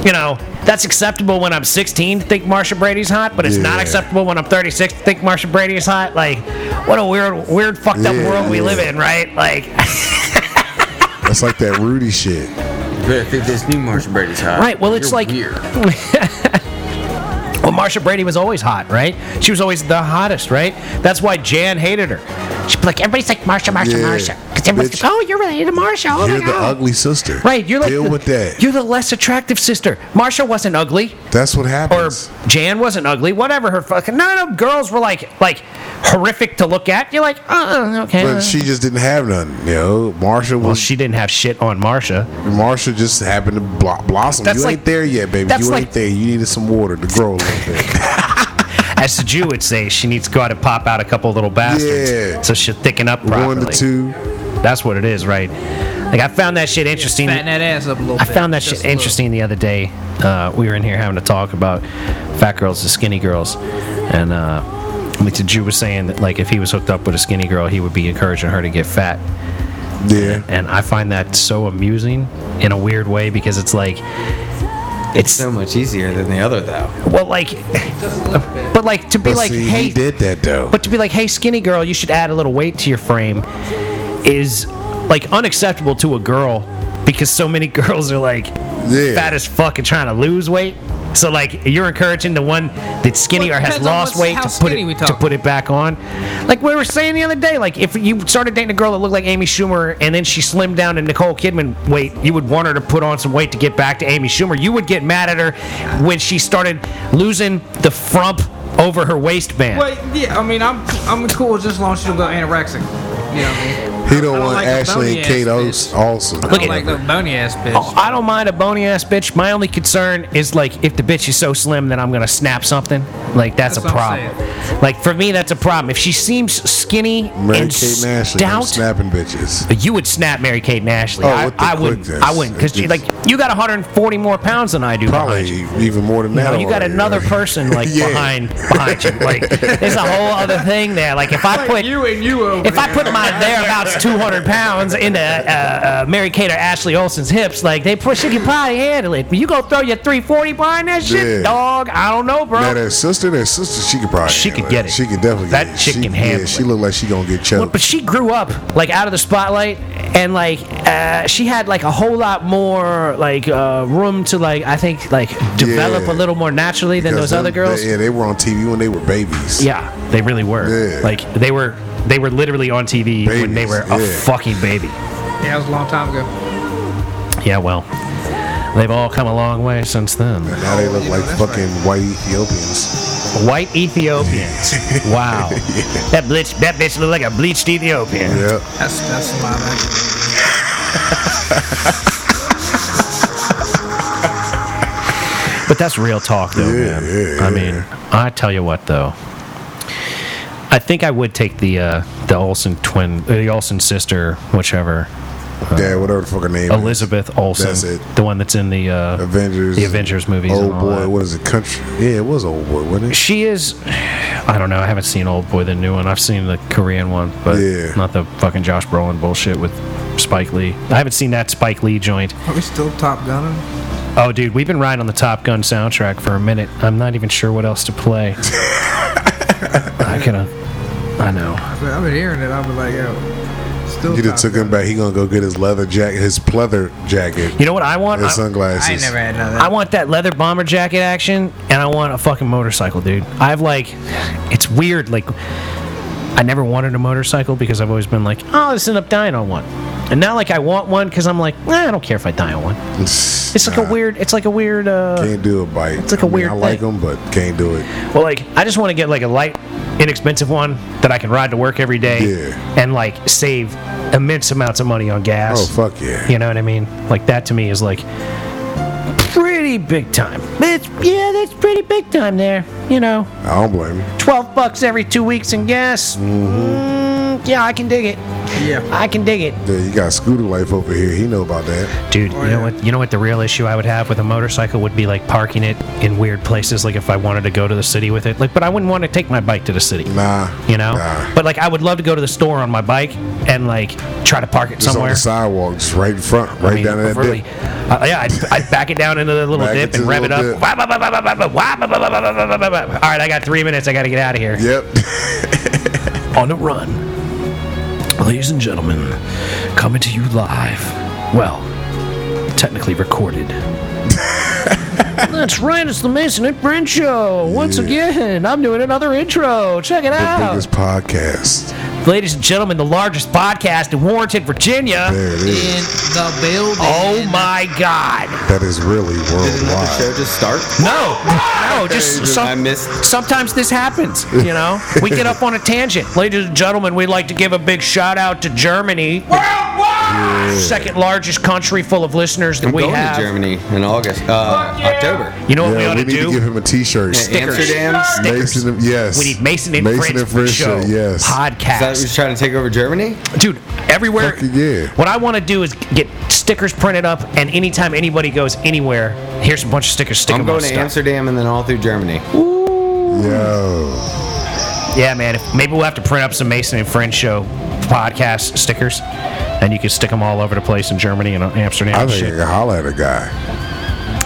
S1: you know, that's acceptable when I'm 16 to think Marsha Brady's hot, but it's not
S4: Yeah.
S1: acceptable when I'm 36 to think Marsha Brady is hot. Like, what a weird, weird, fucked up
S4: Yeah,
S1: world we
S4: yeah.
S1: live in, right? Like,
S4: That's like that Rudy shit.
S7: You better think this new Martian Brady's hot.
S1: Right, well, it's
S7: You're
S1: like-
S7: weird.
S1: Well, Marsha Brady was always hot, right? She was always the hottest, right? That's why Jan hated her. She'd be like, everybody's like Marsha, Marsha,
S4: Yeah,
S1: Marsha. Because everybody's
S4: bitch.
S1: like, oh, you're related to Marsha. Oh,
S4: you're
S1: my
S4: the
S1: God.
S4: ugly sister.
S1: right, you're like,
S4: deal
S1: the,
S4: with that.
S1: you're the less attractive sister. Marsha wasn't ugly,
S4: That's what
S1: or
S4: happens.
S1: Jan wasn't ugly, whatever her fucking. None of them girls were like, like, horrific to look at. You're like, uh, okay.
S4: but she just didn't have nothing, you know. Marsha
S1: well,
S4: was
S1: she didn't have shit on Marsha.
S4: Marsha just happened to blo- blossom.
S1: That's
S4: you
S1: like-
S4: ain't there yet, baby.
S1: that's
S4: You ain't
S1: like-
S4: there. You needed some water to grow a little bit.
S1: As the Jew would say, she needs to go out and pop out a couple little bastards.
S4: Yeah.
S1: So she'll thicken up properly.
S4: One to two.
S1: That's what it is, right? Like I found that shit interesting.
S2: Fatten that ass up a little
S1: I
S2: bit.
S1: found that
S2: Just
S1: shit
S2: a little.
S1: interesting the other day. Uh, we were in here having a talk about fat girls to skinny girls, and uh, like the Jew was saying that like if he was hooked up with a skinny girl, he would be encouraging her to get fat.
S4: Yeah.
S1: And I find that so amusing in a weird way because it's like it's
S7: So much easier than the other, though.
S1: well like, but like to be
S4: But
S1: like
S4: see,
S1: hey
S4: he did that though.
S1: But to be like, hey, skinny girl, you should add a little weight to your frame is like unacceptable to a girl because so many girls are like
S4: Yeah.
S1: fat as fuck and trying to lose weight. So like you're encouraging the one that's skinny
S2: Well, it
S1: or has
S2: depends on
S1: lost
S2: what's-
S1: weight
S2: how
S1: to put
S2: skinny we
S1: it to
S2: talking.
S1: put it back on. Like we were saying the other day, like if you started dating a girl that looked like Amy Schumer and then she slimmed down to Nicole Kidman weight, you would want her to put on some weight to get back to Amy Schumer. You would get mad at her when she started losing the frump over her waistband.
S2: Well, yeah, I mean, I'm I'm cool just as long as she don't go anorexic. You know what I mean?
S4: he don't
S2: I don't
S4: want
S2: like a
S4: Ashley and
S2: bony-ass
S4: Kate
S2: bitch.
S4: Olsen.
S2: I
S1: Look
S2: don't
S1: at-
S2: like the bony ass bitch.
S1: Oh, I don't mind a bony ass bitch. My only concern is like if the bitch is so slim that I'm gonna snap something. Like that's,
S2: That's
S1: a
S2: what I'm
S1: problem. Like for me, that's a problem. If she seems skinny
S4: Mary
S1: and
S4: Kate and Ashley them
S1: stout,
S4: snapping bitches.
S1: you would snap Mary Kate and Ashley.
S4: Oh,
S1: I,
S4: with the
S1: I wouldn't.
S4: quickness.
S1: I wouldn't because
S4: It's-
S1: like you got 140 more pounds than I do. behind you.
S4: Probably even more than
S1: No,
S4: that.
S1: you got
S4: already,
S1: another
S4: right?
S1: person like
S4: Yeah.
S1: behind behind you. Like there's a whole other thing there. Like if I put
S2: you and you over
S1: if I put my thereabouts 200 pounds into uh, uh, Mary Kate or Ashley Olsen's hips, like they push it, you probably handle it. But you go throw your 340 behind that shit,
S4: Yeah.
S1: dog. I don't know, bro.
S4: Now that sister, that sister, she could probably.
S1: She
S4: handle
S1: could get it.
S4: She could definitely.
S1: That
S4: get it.
S1: chick
S4: She-
S1: can handle
S4: Yeah, she
S1: it.
S4: looked like she gonna get
S1: Well,
S4: choked.
S1: but she grew up like out of the spotlight, and like uh, she had like a whole lot more like uh, room to like I think like develop
S4: Yeah.
S1: a little more naturally than
S4: Because
S1: those other
S4: them-
S1: girls.
S4: they- yeah, they were on TV when they were babies.
S1: Yeah, they really were.
S4: Yeah.
S1: Like they were, they were literally on TV when they
S4: Babies,
S1: were a
S4: yeah.
S1: fucking baby.
S2: Yeah, that was a long time ago.
S1: Yeah, well, they've all come a long way since then.
S4: Now they look like fucking white Ethiopians.
S1: White Ethiopians. Wow. That bleach, that bitch looked like a bleached Ethiopian.
S4: Yeah.
S2: That's that's a lot. Of
S1: But that's real talk, though,
S4: Yeah,
S1: man.
S4: yeah,
S1: I mean, I tell you what, though. I think I would take the uh, the Olsen twin, the Olsen sister, whichever
S4: Yeah, whatever the fuck her name is.
S1: Elizabeth Olsen,
S4: That's it.
S1: the one that's in the uh,
S4: Avengers.
S1: the Avengers movies. and
S4: Old
S1: all
S4: boy,
S1: that.
S4: what is it? Country. Yeah, it was old boy, wasn't it?
S1: she is I don't know, I haven't seen Old Boy the new one. I've seen the Korean one, but
S4: Yeah.
S1: not the fucking Josh Brolin bullshit with Spike Lee. I haven't seen that Spike Lee joint.
S2: Are we still top gunning?
S1: Oh dude, we've been riding on the Top Gun soundtrack for a minute. I'm not even sure what else to play. I could I know.
S2: But I've been hearing it. I've been like, yo, still.
S4: You done
S2: Top
S4: took him back. He gonna go get his leather jacket, his pleather jacket,
S1: You know what I want?
S4: and
S1: I,
S4: sunglasses.
S2: I ain't never had none of that.
S1: I want that leather bomber jacket action and I want a fucking motorcycle, dude. I've like it's weird like I never wanted a motorcycle because I've always been like, oh, I'll just end up dying on one. And now, like, I want one because I'm like, eh, I don't care if I die on one. It's like a weird. It's like a weird. Uh,
S4: Can't do a bike. It's
S1: like a weird
S4: I like
S1: thing.
S4: him, but can't do it.
S1: well, like I just want to get like a light, inexpensive one that I can ride to work every day,
S4: Yeah.
S1: and like save immense amounts of money on gas.
S4: Oh fuck yeah.
S1: You know what I mean? Like that to me is like pretty pretty big time. It's yeah, that's pretty big time there. You know,
S4: I don't blame you.
S1: twelve bucks every two weeks in gas. Mm, yeah, I can dig it.
S7: Yeah.
S1: I can dig it.
S4: Yeah, you got scooter life over here. He know about that.
S1: Dude, you know what? You know what? The real issue I would have with a motorcycle would be like parking it in weird places. Like if I wanted to go to the city with it, like, but I wouldn't want to take my bike to the city.
S4: Nah.
S1: You know,
S4: Nah.
S1: but like I would love to go to the store on my bike and like try to park it
S4: Just on
S1: somewhere.
S4: the sidewalk, just right in front, right
S1: I mean,
S4: down in that
S1: really,
S4: dip.
S1: uh, yeah, I'd, I'd back it down into the little
S4: Back
S1: dip
S4: into
S1: and
S4: the
S1: rev it up.
S4: little dip.
S1: Wah, bah, bah, bah, bah, bah, bah, wah, bah, bah, bah, bah, bah, bah, bah, bah, bah. All right, I got three minutes. I got to get out of here.
S4: Yep.
S6: on the run. Ladies and gentlemen, coming to you live. Well, technically recorded.
S1: That's right. It's the Mason and Brent Show. Once again, I'm doing another intro. Check it
S4: the
S1: out.
S4: biggest podcast.
S1: Ladies and gentlemen, the largest podcast in Warrenton, Virginia.
S4: There it
S2: In
S4: is.
S2: the building.
S1: Oh my God!
S4: That is really
S7: Did another show
S4: worldwide.
S7: just start?
S1: No, no. Just some,
S7: I missed.
S1: Sometimes this happens. You know, we get up on a tangent. Ladies and gentlemen, we'd like to give a big shout out to Germany, second largest country full of listeners that
S7: I'm
S1: we
S7: going
S1: have.
S7: to Germany in August, uh, October.
S1: You know what we
S4: Yeah,
S1: ought
S4: we
S1: to
S4: need
S1: do?
S4: to give him a T-shirt.
S1: Stickers.
S7: Amsterdam. Is
S4: Mason, and- yes.
S1: we need Mason and
S4: Mason
S1: Friends,
S4: and Friends
S1: show,
S4: Yes.
S7: that
S1: podcast,
S7: who's trying to take over Germany?
S1: dude. Everywhere.
S4: Fuck yeah.
S1: What I want to do is get stickers printed up, and anytime anybody goes anywhere, here's a bunch of stickers. Stick
S7: I'm
S1: them on
S7: going to
S1: stuff.
S7: Amsterdam and then all through Germany.
S4: Yo.
S1: Yeah, man. If, maybe we'll have to print up some Mason and Friends show podcast stickers, and you can stick them all over the place in Germany and uh, Amsterdam.
S4: I
S1: and
S4: think I
S1: shit.
S4: can holler at a guy.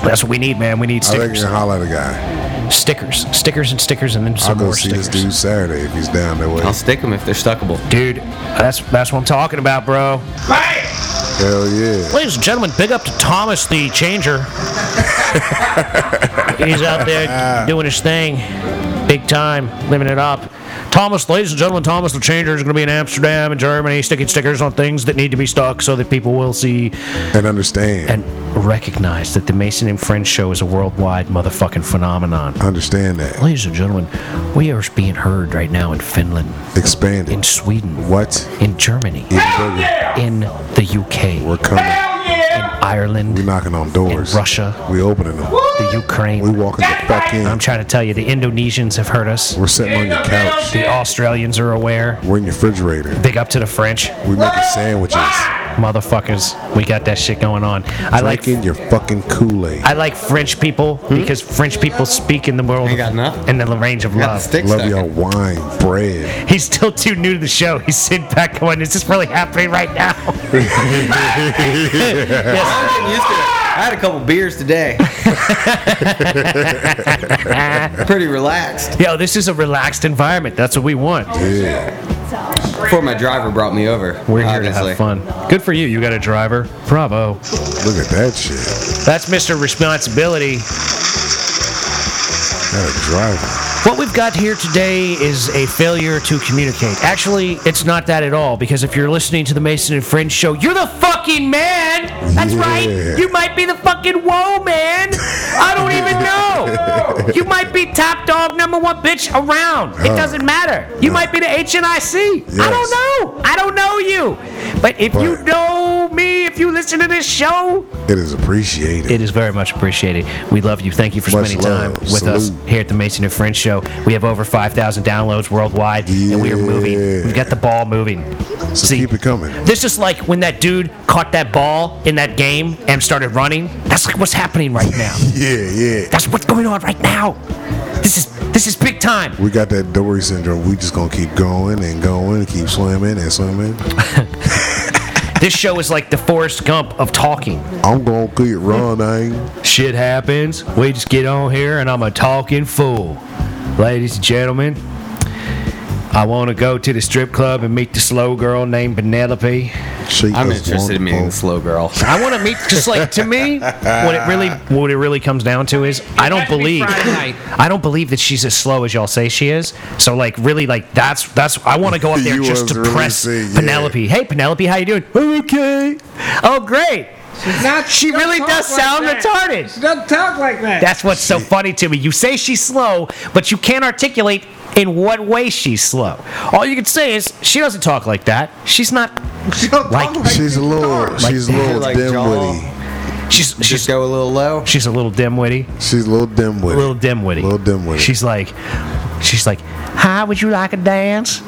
S1: That's what we need, man. We need
S4: I think I
S1: stickers,
S4: can holler at a guy.
S1: stickers, stickers, and stickers, and then
S4: I'll
S1: some
S4: go
S1: more
S4: see
S1: stickers.
S4: this dude Saturday if he's down that way.
S7: I'll stick them if they're stuckable.
S1: Dude, that's that's what I'm talking about, bro.
S4: Hell yeah.
S1: Ladies and gentlemen, big up to Thomas the Changer. He's out there doing his thing, big time, living it up. Thomas, ladies and gentlemen, Thomas the Changer is going to be in Amsterdam and Germany, sticking stickers on things that need to be stuck so that people will see
S4: And understand.
S1: and recognize that the Mason and Friends show is a worldwide motherfucking phenomenon.
S4: understand that.
S1: Ladies and gentlemen, we are being heard right now in Finland,
S4: Expand
S1: in
S4: it.
S1: Sweden,
S4: What?
S1: in Germany, in the
S4: We're
S1: UK,
S4: coming.
S1: in Ireland,
S4: We knocking on doors.
S1: In Russia.
S4: We opening them.
S1: the
S4: We
S1: Ukraine.
S4: walking the fuck in.
S1: I'm trying to tell you, the Indonesians have heard us.
S4: We're sitting on your couch.
S1: The Australians are aware.
S4: We're in your refrigerator.
S1: Big up to the French
S4: We making sandwiches.
S1: motherfuckers. We got that shit going on. I like
S4: Drinking Hmm? your fucking Kool-Aid.
S1: I like French people because French people speak in the world
S7: Ain't got nothing.
S1: in the range of
S7: Got the
S1: love.
S7: stick
S4: Love
S7: stuck.
S4: your wine, bread.
S1: He's still too new to the show. He's sitting back going, is this really happening right now?
S7: I'm getting used to it. I had a couple beers today. Pretty relaxed.
S1: Yo, this is a relaxed environment. That's what we want.
S4: Yeah.
S7: Before my driver brought me over.
S1: We're here
S7: obviously.
S1: to have fun. Good for you. You got a driver. Bravo.
S4: Look at that shit.
S1: That's Mr. Responsibility.
S4: Got a driver.
S1: What we've got here today is a failure to communicate. Actually, it's not that at all, because if you're listening to the Mason and Friends show, you're the fucking man! That's
S4: Yeah.
S1: right! You might be the fucking whoa man! I don't even know! You might be top dog number one bitch around. It doesn't matter. You might be the HNIC. I
S4: Yes.
S1: don't know! I don't know you! But if you
S4: Right.
S1: know me, if you listen to this show,
S4: It is appreciated.
S1: it is very much appreciated. We love you. Thank you for
S4: Much
S1: spending time
S4: love.
S1: with us
S4: Salute.
S1: here at the Mason and Friends Show. We have over 5,000 downloads worldwide, and we are moving.
S4: Yeah.
S1: We've got the ball moving.
S4: so
S1: See,
S4: keep it coming.
S1: this is like when that dude caught that ball in that game and started running. That's like what's happening right now.
S4: Yeah, yeah.
S1: That's what's going on right now. This is this is big time.
S4: We got that Dory syndrome. We just gonna keep going and going and keep swimming and swimming.
S1: This show is like the Forrest Gump of talking.
S4: I'm gonna keep running.
S6: Shit happens. We just get on here and I'm a talking fool. Ladies and gentlemen, I want to go to the strip club and meet the slow girl named Penelope.
S4: She
S7: I'm
S4: is
S7: interested in meeting the
S4: wonderful.
S7: slow girl.
S1: I want to meet just like to me what it really what it really comes down to is I don't believe
S2: Friday night.
S1: I don't believe that she's as slow as y'all say she is. So like really like that's that's I want to go up there
S4: You
S1: just to
S4: was really
S1: press
S4: saying, yeah.
S1: Penelope. Hey Penelope, how you doing? "I'm Okay. Oh great.
S2: Not-
S1: She
S2: don't
S1: really
S2: talk
S1: does
S2: like
S1: sound
S2: that. She
S1: retarded.
S2: doesn't talk like that.
S1: That's what's so funny to me. You say she's slow, but you can't articulate in what way she's slow. All you can say is she doesn't talk like that. She's not
S2: she don't
S1: like-
S2: talk like
S4: She's a
S2: this.
S4: little, she's a little
S7: Like
S4: dimwitty.
S7: Joel.
S1: She's
S7: Just
S1: she's
S7: go a little low.
S1: she's a little dimwitty,
S4: She's a little dim with
S1: a little dimwitty,
S4: Little dimwitty.
S1: She's like, she's like, hi, would you like a dance?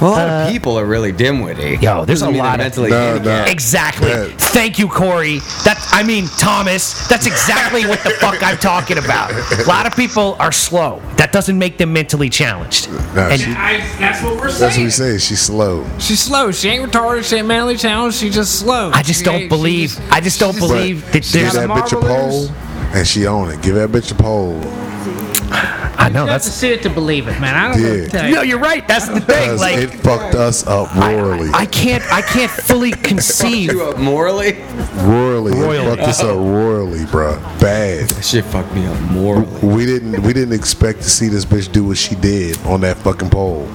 S7: Well, a lot of people are really dimwitty.
S1: Uh, Yo, there's
S7: Doesn't
S1: a
S7: mean they're
S1: lot of-
S7: mentally
S4: No,
S7: handicapped.
S4: no.
S1: Exactly.
S4: Yeah.
S1: Thank you, Corey. That I mean, Thomas. That's exactly what the fuck I'm talking about. A lot of people are slow. That doesn't make them mentally challenged.
S4: No,
S1: and
S4: she-
S2: I, that's what we're
S4: That's what
S2: saying.
S4: we say. She's slow.
S2: She's slow. She ain't retarded. She ain't manly challenged. She's just slow.
S1: I just
S2: She
S1: don't
S2: ain't- she
S1: believe.
S2: just-
S1: I just don't
S2: she's
S1: believe that
S4: She give
S1: there's.
S2: got
S4: that bitch a pole,
S2: marbles.
S4: and she on it. Give that bitch a pole.
S1: I know
S8: You have to
S1: that's.
S8: see it to believe it, man. I don't know.
S4: Yeah.
S8: what to tell you.
S1: No, you're right. That's the thing.
S4: Because
S1: Like,
S4: it fucked us up royally.
S1: I can't. I can't fully conceive.
S7: You up morally?
S4: royally. It fucked us up royally, bro. Bad.
S7: That shit fucked me up morally.
S4: We didn't we didn't expect to see this bitch do what she did on that fucking pole.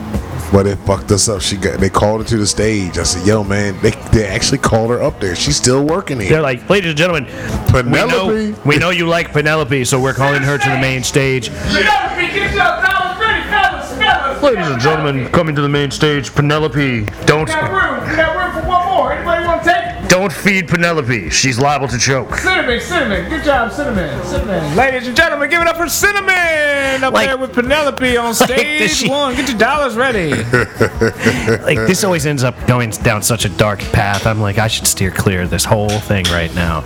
S4: But it fucked us up. She got they called her to the stage. I said, yo man, they, they actually called her up there. She's still working
S1: They're
S4: here.
S1: like, ladies and gentlemen, we
S4: Penelope?
S1: know we know you like Penelope, so we're calling her to the main stage. Ladies and gentlemen, coming to the main stage, Penelope. Don't
S9: room. We got room for one more. Anybody want to take it?
S1: don't feed Penelope. She's liable to choke.
S9: Cinnamon, cinnamon. Good job, cinnamon, cinnamon. Ladies and gentlemen, give it up for cinnamon up
S1: Like-
S9: there with Penelope on
S1: Like,
S9: stage
S1: does she-
S9: one. Get your dollars ready.
S1: Like this always ends up going down such a dark path. I'm like, I should steer clear of this whole thing right now.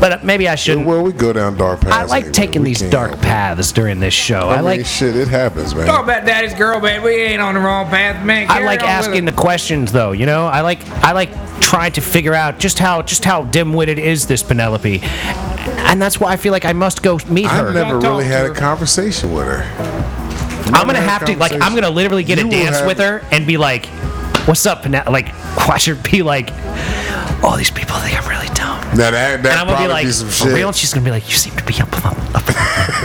S1: But uh, maybe I shouldn't.
S4: well, we go down dark paths.
S1: I like
S4: anyway.
S1: taking
S4: We
S1: these
S4: can't
S1: dark
S4: help it.
S1: paths during this show.
S4: I,
S1: I
S4: mean,
S1: like
S4: shit. It happens, man.
S2: Talk about daddy's girl, man. We ain't on the wrong path, man.
S1: I
S2: Carry
S1: like
S2: on with
S1: asking
S2: it.
S1: the questions though, you know? I like I like trying to figure out just how just how dim-witted is this Penelope. And that's why I feel like I must go meet her.
S4: I never
S2: Don't talk
S4: really
S2: to
S4: had
S2: her.
S4: a conversation with her.
S1: I'm gonna
S4: have
S1: have to like I'm
S4: conversation.
S1: gonna literally get
S4: You
S1: a
S4: will
S1: dance
S4: have-
S1: with her and be like, "What's up?" Penelope? like I should be like, "All these people think I'm really dumb,"
S4: Now that
S1: and
S4: that
S1: I'm gonna
S4: probably
S1: be like,
S4: be some
S1: "For
S4: shit.
S1: real?" And she's gonna be like, "You seem to be up, up, up,"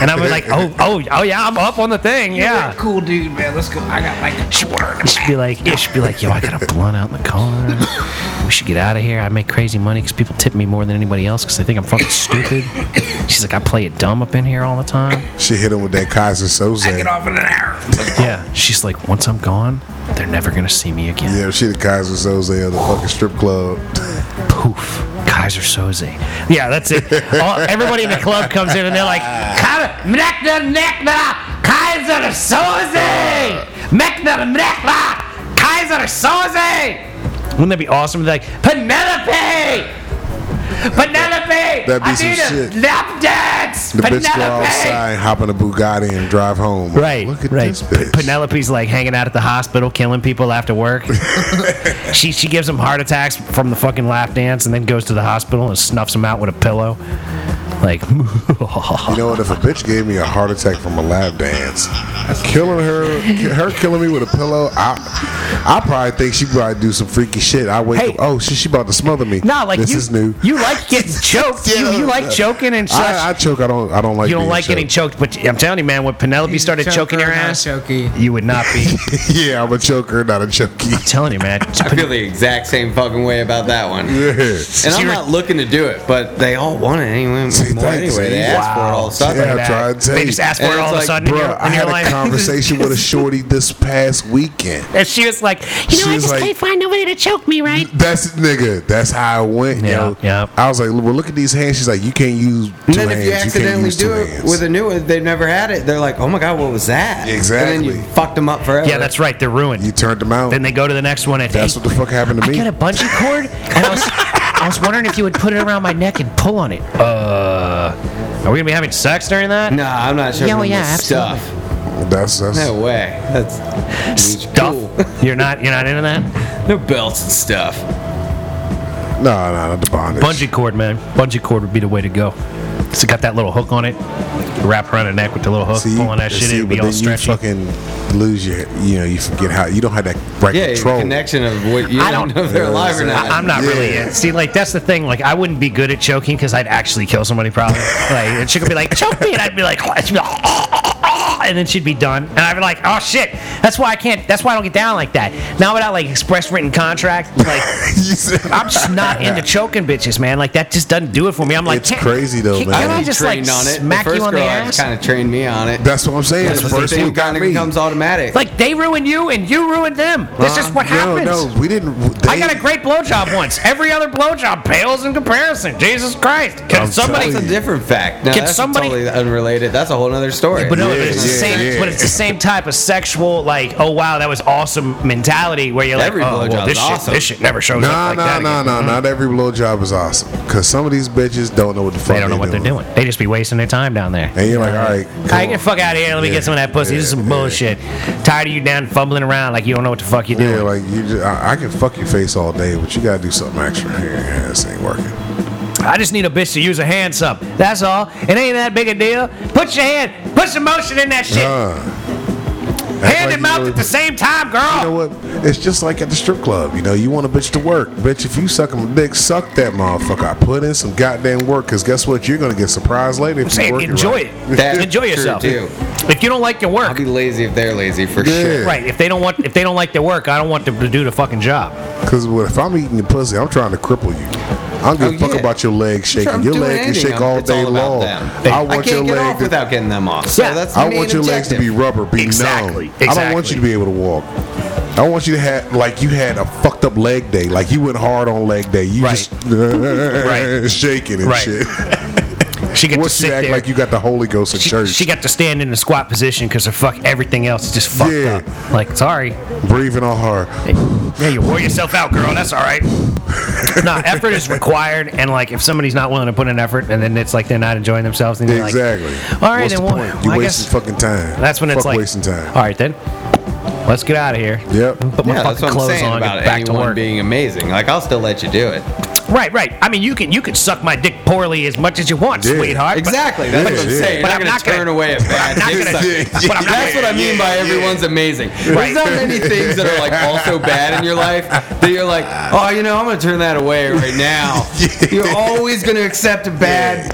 S1: and I'm gonna be like, "Oh, oh, oh yeah, I'm up on the thing,
S2: Yeah.
S1: yeah."
S2: Cool dude, man. Let's go. I got like a quarter.
S1: And She'd be like, yeah, she'd be like, yo, I got a blunt out in the car. We should get out of here. I make crazy money because people tip me more than anybody else because they think I'm fucking stupid. She's like, I play it dumb up in here all the time.
S4: She hit him with that Kaiser
S2: Take
S4: Soze.
S2: it off in an hour.
S1: Yeah. She's like, once I'm gone, they're never gonna see me again.
S4: Yeah, she the Kaiser Soze of the fucking strip club.
S1: poof, Kaiser Soze. Yeah, that's it. All, everybody in the club comes in and they're like, "Kaiser- Mekna, Mekna, Kaiser Soze! Mekna, Mekna, Kaiser Soze! Wouldn't that be awesome? They're like, Penelope! Penelope!
S4: That'd be
S1: I
S4: some
S1: need
S4: shit.
S1: a lap dance!
S4: The bitch go
S1: Penelope!
S4: outside, hop in a Bugatti, and drive home.
S1: Right,
S4: Look at
S1: right.
S4: this bitch.
S1: P- Penelope's like hanging out at the hospital, killing people after work. she she gives them heart attacks from the fucking lap dance, and then goes to the hospital and snuffs them out with a pillow. Like,
S4: You know what? If a bitch gave me a heart attack from a lap dance, killing her, her killing me with a pillow, I, I probably think she probably do some freaky shit. I wake
S1: Hey.
S4: up, oh shit, she about to smother me.
S1: nah, like
S4: this
S1: you
S4: is new.
S1: you like getting choked.
S4: Yeah.
S1: you, you like choking and such.
S4: I, I choke. I don't. I don't like.
S1: you don't
S4: being
S1: like getting choked, but I'm telling you, man, when Penelope started
S2: Choke
S1: choking
S2: her,
S1: your
S2: not
S1: ass,
S2: Chokey.
S1: you would not be.
S4: yeah, I'm a choker, not a chokey.
S1: telling you, man.
S7: I feel the exact same fucking way about that one.
S4: Yeah.
S7: And I'm not looking to do it, but they all want it anyway.
S4: See,
S7: more
S4: thanks,
S7: anyway. They
S4: see?
S7: asked for it all of a sudden.
S4: Yeah, I tried to tell
S1: They
S4: you.
S1: just asked for
S7: And
S1: it all
S7: it's
S1: of a
S7: like,
S1: sudden. in your-
S4: Bruh, I
S1: in your
S4: had
S1: life.
S4: a conversation with a shorty this past weekend.
S1: and she was like,
S4: You know, I just can't find nobody to choke me, right? That's nigga. That's how I went.
S1: Yeah,
S4: yo.
S1: yeah.
S4: I was like, well, look at these hands. She's like, you can't use two
S7: And then
S4: hands.
S7: if you
S4: can't
S7: accidentally
S4: use two
S7: do it
S4: hands.
S7: with a new one, they've never had it. They're like, oh my god, what was that? And
S4: Exactly.
S7: then you fucked them up forever.
S1: yeah, that's right. They're ruined.
S4: you turned them out.
S1: Then they go to the next one and
S4: That's
S1: "Hey,
S4: what the fuck happened to
S1: I
S4: me."
S1: got a bungee cord and I was, I was wondering if you would put it around my neck and pull on it. Uh, are we gonna be having sex during that?
S7: Nah, I'm not sure.
S1: Yeah,
S7: Yeah,
S1: well, yeah,
S7: stuff.
S4: that's that's
S7: No way. That's
S1: Stuff. You're not. You're not into that.
S7: No belts and stuff.
S4: no, no, not the bondage.
S1: Bungee cord, man. Bungee cord would be the way to go. It's got that little hook on it. You wrap around the neck with the little hook,
S4: See,
S1: pulling that shit.
S4: see,
S1: it'd be
S4: but
S1: all
S4: then you
S1: stretchy.
S4: fucking lose your, you know, you forget how you don't have that right
S7: Yeah,
S4: control.
S7: the connection of what you
S1: I
S7: don't
S1: don't-
S7: know if they're
S4: Yeah,
S7: alive or not.
S1: I, am not really in. See, like that's the thing. Like I wouldn't be good at choking because I'd actually kill somebody probably. like and she could be like, choke me, and I'd be like, "Ah," and then she'd be done. And I'd be like, oh shit, that's why I can't, that's why I don't get down like that. Now without like express written contract, like I'm just not into choking bitches, man. Like that just doesn't do it for me. I'm like,
S4: It's
S1: "Can't-
S4: crazy, though,
S1: can,
S4: man.
S1: Can I
S4: I've
S1: just like
S7: trained on it.
S1: smack
S7: the first
S1: you on the
S7: girl
S1: ass?
S7: kind of trained me on it.
S4: That's what I'm saying.
S7: That's
S4: the
S7: what
S4: first
S7: the
S4: one
S7: thing
S4: got
S7: kind of
S4: me.
S7: becomes automatic.
S1: Like they ruined you and you ruined them. That's just what
S4: Uh, no,
S1: happens.
S4: no, we didn't. They,
S1: I got a great blowjob once. Every other blowjob pales in comparison. Jesus Christ! Can
S4: I'm
S1: somebody?
S4: telling
S7: that's a different fact. No,
S1: Oh, Can
S7: that's
S1: somebody-
S7: totally unrelated. That's a whole other story.
S1: But no, but
S4: Yeah,
S1: it's the
S4: yeah,
S1: same.
S4: yeah.
S1: But it's the same type of sexual, like, oh wow, that was awesome mentality, where you're like,
S7: Every
S1: oh, well,
S7: blowjob's
S1: this shit,
S7: awesome.
S1: this shit never shows
S4: Nah,
S1: up like
S4: nah,
S1: that.
S4: nah,
S1: again. Mm-hmm.
S4: nah. Not every blowjob is awesome because some of these bitches don't know what the fuck
S1: They don't know what they're doing. They just be wasting their time down there.
S4: And you're like, all right, come
S1: I get
S4: on.
S1: the fuck out of here. Let me
S4: Yeah,
S1: get some of that pussy. this is
S4: yeah,
S1: some
S4: yeah.
S1: bullshit. Tired of you down fumbling around like you don't know what the fuck you
S4: Yeah,
S1: doing.
S4: like you, just, I, I can fuck your face all day, but you gotta do something extra here. Yeah, this ain't working.
S1: I just need a bitch to use her hands up. That's all. It ain't that big a deal. Put your hand, put some motion in that shit.
S4: Uh,
S1: hand and mouth at the same time, girl.
S4: You know what? It's just like at the strip club. You know, you want a bitch to work. Bitch, if you suck him a dick, suck that motherfucker. I put in some goddamn work because guess what? You're gonna get surprised later if you
S1: Say,
S4: work it
S1: enjoy
S4: right.
S1: it.
S7: That's
S1: enjoy
S7: true,
S1: yourself.
S7: too.
S1: If you don't like your
S7: I'll
S1: work,
S7: be lazy if they're lazy for
S4: Yeah.
S7: sure.
S1: right? If they don't want, if they don't like their work, I don't want them to do the fucking job.
S4: Because if I'm eating your pussy, I'm trying to cripple you. I don't give a
S7: Oh,
S4: fuck
S7: yeah.
S4: about your leg shaking.
S7: I'm
S4: your
S7: doing
S4: leg can
S7: anything,
S4: shake all
S7: it's
S4: day
S7: about
S4: long.
S7: them.
S4: I want
S7: I can't
S4: your
S7: get
S4: leg
S7: off
S4: to-
S7: without getting them off.
S1: Yeah.
S7: So that's the
S4: I
S7: main
S4: want your legs to be
S7: objective.
S4: rubber, be
S1: Exactly,
S4: numb. I don't want
S1: exactly.
S4: you to be able to walk. I want you to have like you had a fucked up leg day, like you went hard on leg day. You
S1: Right.
S4: just shaking and
S1: Right.
S4: shit.
S1: She got to
S4: Once
S1: sit
S4: you act
S1: there.
S4: like you got the Holy Ghost in
S1: she,
S4: church,
S1: she got to stand in the squat position because her fuck everything else is just fucked
S4: Yeah.
S1: up. Like, sorry,
S4: breathing on hard.
S1: yeah, you wore yourself out, girl. That's all right. no, effort is required, and like if somebody's not willing to put in effort, and then it's like they're not enjoying themselves, then you're like,
S4: Exactly.
S1: all right,
S4: What's
S1: then
S4: the
S1: well,
S4: point? You
S1: I
S4: wasting
S1: guess
S4: fucking time.
S1: that's when it's
S4: Fuck
S1: like
S4: wasting time.
S1: All right, then, let's get out of here.
S4: Yep.
S1: Put my
S7: Yeah, that's what
S1: fucking
S7: I'm
S1: clothes
S7: saying
S1: on.
S7: about
S1: Get back to
S7: anyone
S1: work.
S7: being amazing. Like I'll still let you do it.
S1: Right, right. I mean, you can you can suck my dick poorly as much as you want,
S4: Yeah.
S1: sweetheart. but-
S7: Exactly. That's
S4: Yeah,
S7: what I'm
S4: yeah.
S7: saying. You're
S1: But
S7: not
S1: I'm
S7: gonna
S1: not gonna-
S7: turn away a bad
S1: not
S7: dick
S1: gonna-
S7: sucking.
S1: but I'm not
S7: That's what I
S1: gonna-
S7: mean by everyone's amazing. There's not many things that are like also bad in your life that you're like, oh, you know, I'm gonna turn that away right now. You're always gonna accept a bad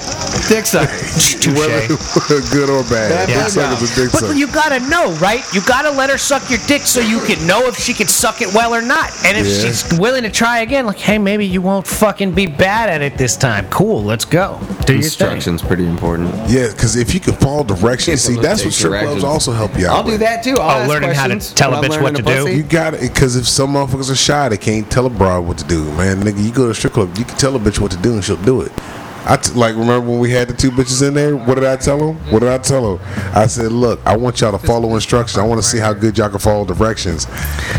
S7: dick sucking.
S1: Touche.
S4: Good or bad.
S7: That
S4: Dick
S7: bad
S4: suck is a dick
S1: But
S4: suck.
S1: you gotta know, right? You gotta let her suck your dick so you can know if she can suck it well or not. And if
S4: Yeah.
S1: she's willing to try again, like, hey, maybe you won't fucking be bad at it this time. Cool, let's go. Do your thing.
S7: Instruction's pretty important.
S4: yeah, because if you can follow directions, see, that's what
S7: Take
S4: strip clubs
S7: directions.
S4: also help you out.
S7: I'll do
S4: with.
S7: that too. I'll
S1: Oh,
S7: ask
S1: learning how to
S7: questions
S1: tell a
S7: when I'm
S1: bitch what
S7: learning
S1: to do.
S7: pussy.
S4: You got it, because if some motherfuckers are shy, they can't tell a broad what to do, man. Nigga, you go to a strip club, you can tell a bitch what to do and she'll do it. I t- like remember when we had the two bitches in there. What did I tell them? What did I tell them? I said, "Look, I want y'all to follow instructions. I want to see how good y'all can follow directions."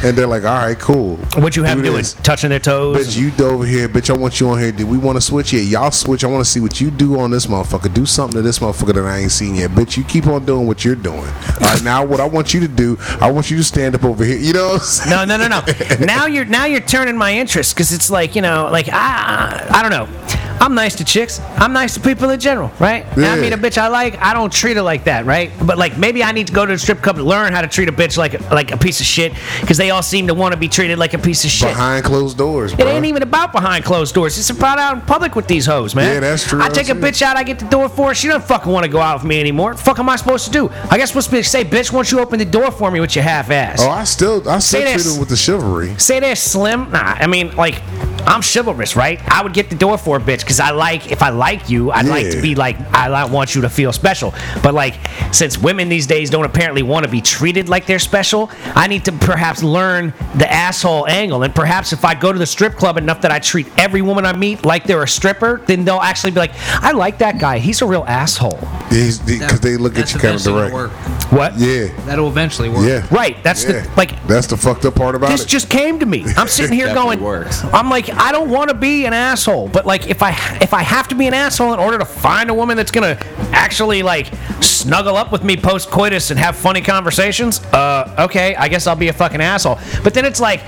S4: And they're like, "All right, cool."
S1: What you have
S4: Do
S1: doing?
S4: this."
S1: Touching their toes.
S4: Bitch, you over here. Bitch, I want you on here. Did we want to switch? Yeah, y'all switch. I want to see what you do on this motherfucker. Do something to this motherfucker that I ain't seen yet. Bitch, you keep on doing what you're doing. All right, now what I want you to do, I want you to stand up over here. You know what I'm saying?
S1: No, no, no, no. now you're now you're turning my interest because it's like you know, like I, I don't know. I'm nice to chicks. I'm nice to people in general, right? And I
S4: Yeah.
S1: meet a bitch I like. I don't treat her like that, right? But like maybe I need to go to a strip club and learn how to treat a bitch like like a piece of shit because they all seem to want to be treated like a piece of shit.
S4: Behind closed doors,
S1: it
S4: bro.
S1: ain't even about behind closed doors. It's about out in public with these hoes, man.
S4: Yeah, that's true.
S1: I take a bitch out, I get the door for her. She do not fucking want to go out with me anymore. What the fuck am I supposed to do? I guess supposed to be- say, bitch, once you open the door for me with your half ass?
S4: oh, I still, I still
S1: Say
S4: treat
S1: this.
S4: him with the chivalry.
S1: Say they're slim. Nah, I mean, like, I'm chivalrous, right? I would get the door for a bitch because I like, if I like you, I'd like to
S4: Yeah.
S1: be like, I li- want you to feel special. But, like, since women these days don't apparently want to be treated like they're special, I need to perhaps learn the asshole angle. And perhaps if I go to the strip club enough that I treat every woman I meet like they're a stripper, then they'll actually be like, I like that guy. He's a real asshole.
S4: Because they look at
S2: That's
S4: you kind of
S2: eventually gonna
S4: direct.
S2: Work.
S1: What?
S4: Yeah,
S2: That'll eventually work.
S4: yeah.
S1: Right. That's
S4: Yeah.
S1: the, like,
S4: That's the fucked up part about
S1: this
S4: it.
S1: just came to me. I'm sitting here
S7: Definitely
S1: going,
S7: works.
S1: I'm like, I don't want to be an asshole, but like, if I if I have to be an asshole in order to find a woman that's gonna actually like snuggle up with me post coitus and have funny conversations, uh, okay, I guess I'll be a fucking asshole. But then it's like.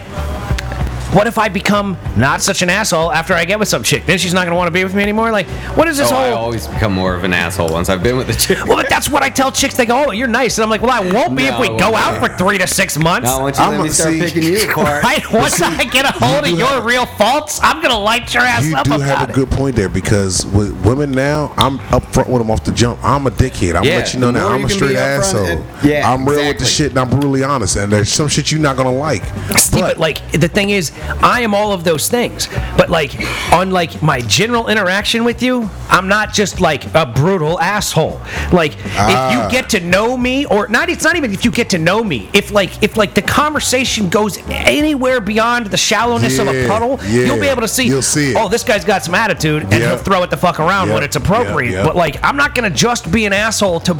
S1: What if I become not such an asshole after I get with some chick? Then she's not gonna want to be with me anymore. Like, what is this
S7: Oh, I
S1: whole?
S7: always become more of an asshole once I've been with the chick.
S1: Well, but That's what I tell chicks. They go, "Oh, you're nice," and I'm like, "Well, I won't be if
S7: No,
S1: we
S7: I
S1: go
S7: won't.
S1: out for three to six months."
S7: Not once you let
S4: I'ma
S7: me start
S4: see-
S7: picking you apart.
S1: Right? Once I get a hold of your real faults, I'm gonna light your ass
S4: You
S1: up
S4: do
S1: about
S4: have a
S1: it.
S4: good point there because with women now, I'm up front with them off the jump. I'm a dickhead. I'm gonna
S7: Yeah,
S4: let you know
S7: the
S4: now.
S7: more
S4: I'm
S7: you
S4: a
S7: can
S4: straight
S7: be upfront
S4: asshole.
S7: and- Yeah,
S4: I'm real with the
S7: exactly.
S4: shit and I'm brutally honest. And there's some shit you're not gonna like.
S1: See, but like the thing is, I am all of those things. But like on like my general interaction with you, I'm not just like a brutal asshole. Like if
S4: Ah.
S1: you get to know me, or not, it's not even if you get to know me. If like if like the conversation goes anywhere beyond the shallowness of a
S4: Yeah,
S1: puddle,
S4: yeah.
S1: you'll be able to see.
S4: You'll see it.
S1: Oh, this guy's got some attitude, and
S4: Yeah.
S1: he'll throw it the fuck around when
S4: Yeah,
S1: it's appropriate.
S4: yeah, yeah.
S1: But like, I'm not gonna just be an asshole to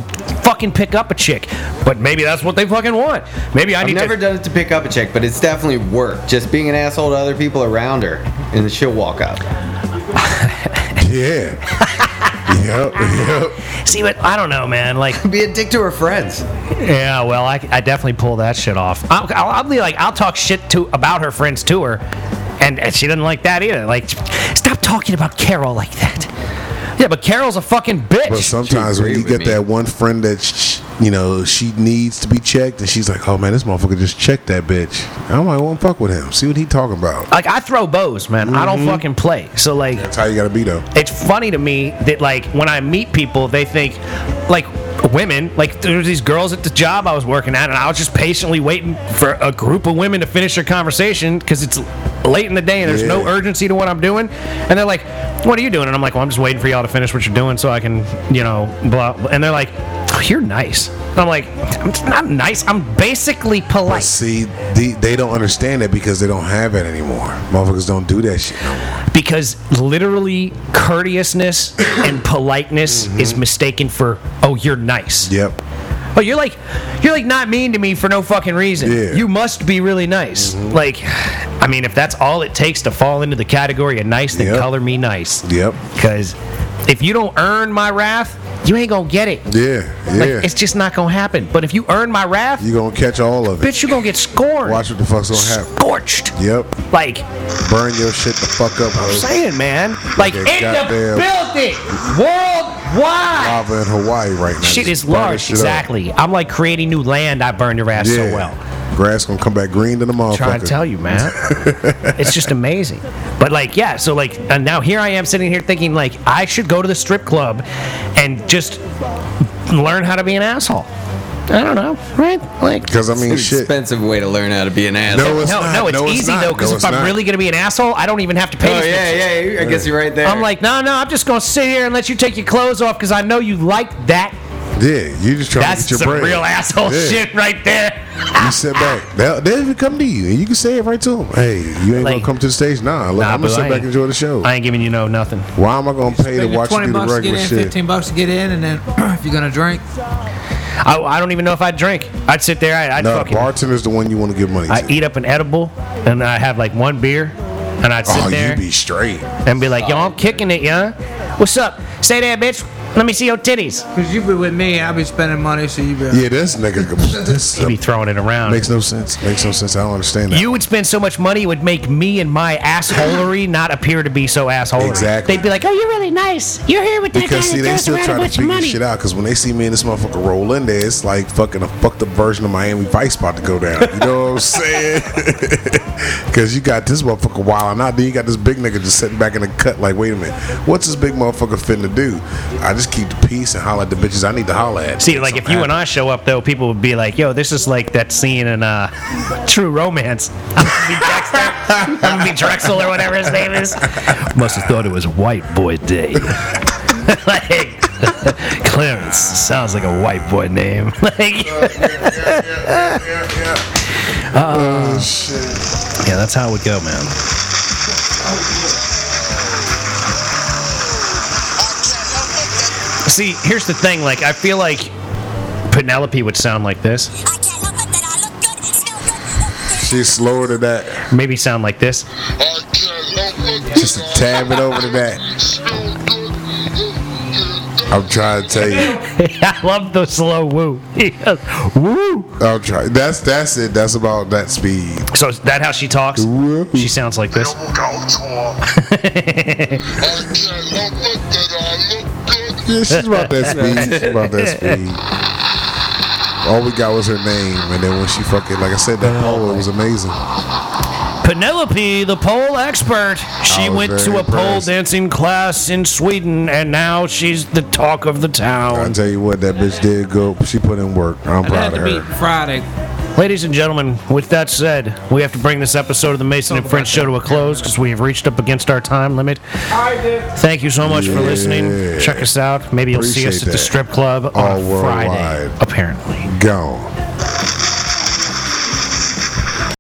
S1: fucking pick up a chick. But maybe that's what they fucking want. Maybe I
S7: I've
S1: need
S7: never
S1: to.
S7: done it to pick up a chick, but it's definitely worked. Just being an asshole to other people around her, and then she'll walk up.
S4: Yeah. yep. Yep.
S1: See, but I don't know, man. Like,
S7: Be a dick to her friends.
S1: Yeah, well, I, I definitely pull that shit off. I'll, I'll, I'll be like, I'll talk shit to about her friends to her, and, and she doesn't like that either. Like, stop talking about Carol like that. Yeah, but Carol's a fucking bitch.
S4: But sometimes when
S7: agree
S4: you
S7: with
S4: get
S7: me.
S4: that one friend that sh- you know she needs to be checked, and she's like, "Oh man, this motherfucker just checked that bitch." I'm like, "Won't fuck with him. See what he talking about."
S1: like, I throw bows, man. I don't fucking play. So like,
S4: That's how you gotta be though.
S1: it's funny to me that like when I meet people, they think like women like there was these girls at the job I was working at, and I was just patiently waiting for a group of women to finish their conversation because it's late in the day and there's no
S4: Yeah.
S1: urgency to what I'm doing, and they're like, "What are you doing?" And I'm like, "Well, I'm just waiting for y'all to finish what you're doing so I can, you know, blah." And they're like, oh, "You're nice." And I'm like, "I'm just not nice. I'm basically
S4: But
S1: polite."
S4: see, they, they don't understand that because they don't have that anymore. Motherfuckers don't do that shit. No more.
S1: because literally courteousness and politeness is mistaken for oh you're nice
S4: Yep.
S1: oh you're like you're like not mean to me for no fucking reason
S4: Yeah. Mm-hmm.
S1: you must be really nice like i mean if that's all it takes to fall into the category of nice then
S4: Yep.
S1: color me nice
S4: Yep.
S1: because if you don't earn my wrath you ain't gonna get it
S4: Yeah.
S1: like
S4: Yeah.
S1: it's just not gonna happen but if you earn my wrath
S4: you gonna catch all of it.
S1: bitch you're gonna get scorned
S4: Watch what the fuck's gonna happen.
S1: scorched
S4: Yep.
S1: like
S4: Burn your shit the fuck up, ho.
S1: saying man like in the
S4: Like a goddamn-
S1: building worldwide
S4: Lava in Hawaii right now.
S1: Shit is
S4: Just burn that
S1: large,
S4: shit up.
S1: exactly. I'm like creating new land. I burn your ass so well.
S4: Grass gonna come back green to the motherfucker.
S1: Trying to tell you, man. it's just amazing. But like, yeah. So like, and now here I am sitting here thinking like I should go to the strip club and just learn how to be an asshole. I don't know, right? Like.
S4: Because I
S7: It's
S4: mean,
S7: an
S4: shit.
S7: expensive way though to learn how to be an asshole.
S4: No, it's
S1: no,
S4: not.
S1: no, it's
S4: No, it's
S1: easy
S4: not.
S1: though. Because if
S4: No, it's
S1: I'm
S4: not.
S1: really gonna be an asshole, I don't even have to pay.
S7: Oh
S1: these bitches.
S7: yeah, yeah. I guess you're right there.
S1: I'm like, no, no, I'm just gonna sit here and let you take your clothes off because I know you like that.
S4: Yeah, you just trying
S1: That's
S4: to get
S1: some
S4: your bread.
S1: real asshole
S4: Yeah.
S1: shit right there.
S4: You sit back. They'll, they'll even come to you, and you can say it right to them. Hey, you ain't
S1: Like-
S4: gonna come to the stage, nah. Look,
S1: Nah,
S4: I'm
S1: boo,
S4: gonna sit
S1: I
S4: back
S1: ain't-
S4: and enjoy the show.
S1: I ain't giving you no nothing.
S4: Why am I gonna pay to
S2: Spend your
S4: watch you do the
S2: bucks to get
S4: regular
S2: in,
S4: shit?
S2: fifteen bucks to get in, and then if you're gonna drink,
S1: I, I don't even know if I'd drink. I'd sit there. I'd, I'd
S4: No,
S1: fucking.
S4: bartender's the one you want to give money to.
S1: I eat up an edible, and I have like one beer, and I'd sit
S4: oh,
S1: there
S4: you be straight.
S1: and be like, "Yo, I'm kicking it, yeah. What's up? Stay there, bitch. Let me see your titties."
S2: because you be with me, I'll be spending money, so you be.
S4: Yeah, this nigga. This
S1: He'd be throwing it around.
S4: makes no sense. Makes no sense. I don't understand that.
S1: you would spend so much money, it would make me and my assholery not appear to be so assholery.
S4: Exactly.
S1: They'd be like, "Oh, you're really nice. You're here with that
S4: because
S1: guy
S4: see,
S1: that
S4: they
S1: throws
S4: still
S1: around a
S4: trying to
S1: bunch
S4: figure
S1: of money."
S4: shit out. Because when they see me and this motherfucker roll in there, it's like fucking a fucked up version of Miami Vice about to go down. You know what I'm saying? Because you got this motherfucker wilding out, then you got this big nigga just sitting back in the cut. Like, wait a minute, what's this big motherfucker finna do? I just keep the peace and holler at the bitches I need to holler at.
S1: See, like if you and I show up though, people would be like, "Yo, this is like that scene in uh, True Romance." I'm gonna be Dexter. I'm gonna be Drexel or whatever his name is.
S6: Must have thought it was White Boy Day.
S1: like, Clarence sounds like a white boy name. like,
S4: Oh, shit.
S1: yeah, that's how it would go, man. See, here's the thing. Like, I feel like Penelope would sound like this.
S8: I can't help it that I look good, smell good, look good.
S4: She's slower to that.
S1: Maybe sound like this.
S4: Just a tab it over to that. I'm trying to tell you.
S1: I love the slow woo. woo.
S4: I'm trying. That's that's it. That's about that speed.
S1: So is that how she talks?
S4: Woo.
S1: She sounds like this.
S8: I can't help it that I look good,
S4: Yeah, she's about that speed. She's about that speed. All we got was her name, and then when she fucking, like I said, that poll it was amazing.
S1: Penelope, the pole expert. She
S4: I was
S1: went
S4: very
S1: to a pole
S4: impressed.
S1: dancing class in Sweden, and now she's the talk of the
S4: I
S1: town.
S4: tell you what, that bitch did go. She put in work. I'm
S2: I had
S4: proud of
S2: to beat
S4: her.
S2: Friday.
S1: Ladies and gentlemen, with that said, we have to bring this episode of the Mason and French show to a close because we have reached up against our time limit.
S9: I did.
S1: Thank you so much for listening.
S4: Yeah.
S1: Check us out. Maybe you'll see us
S4: Appreciate
S1: at the
S4: that.
S1: strip club
S4: All
S1: on a Friday,
S4: worldwide.
S1: apparently.
S4: Gone.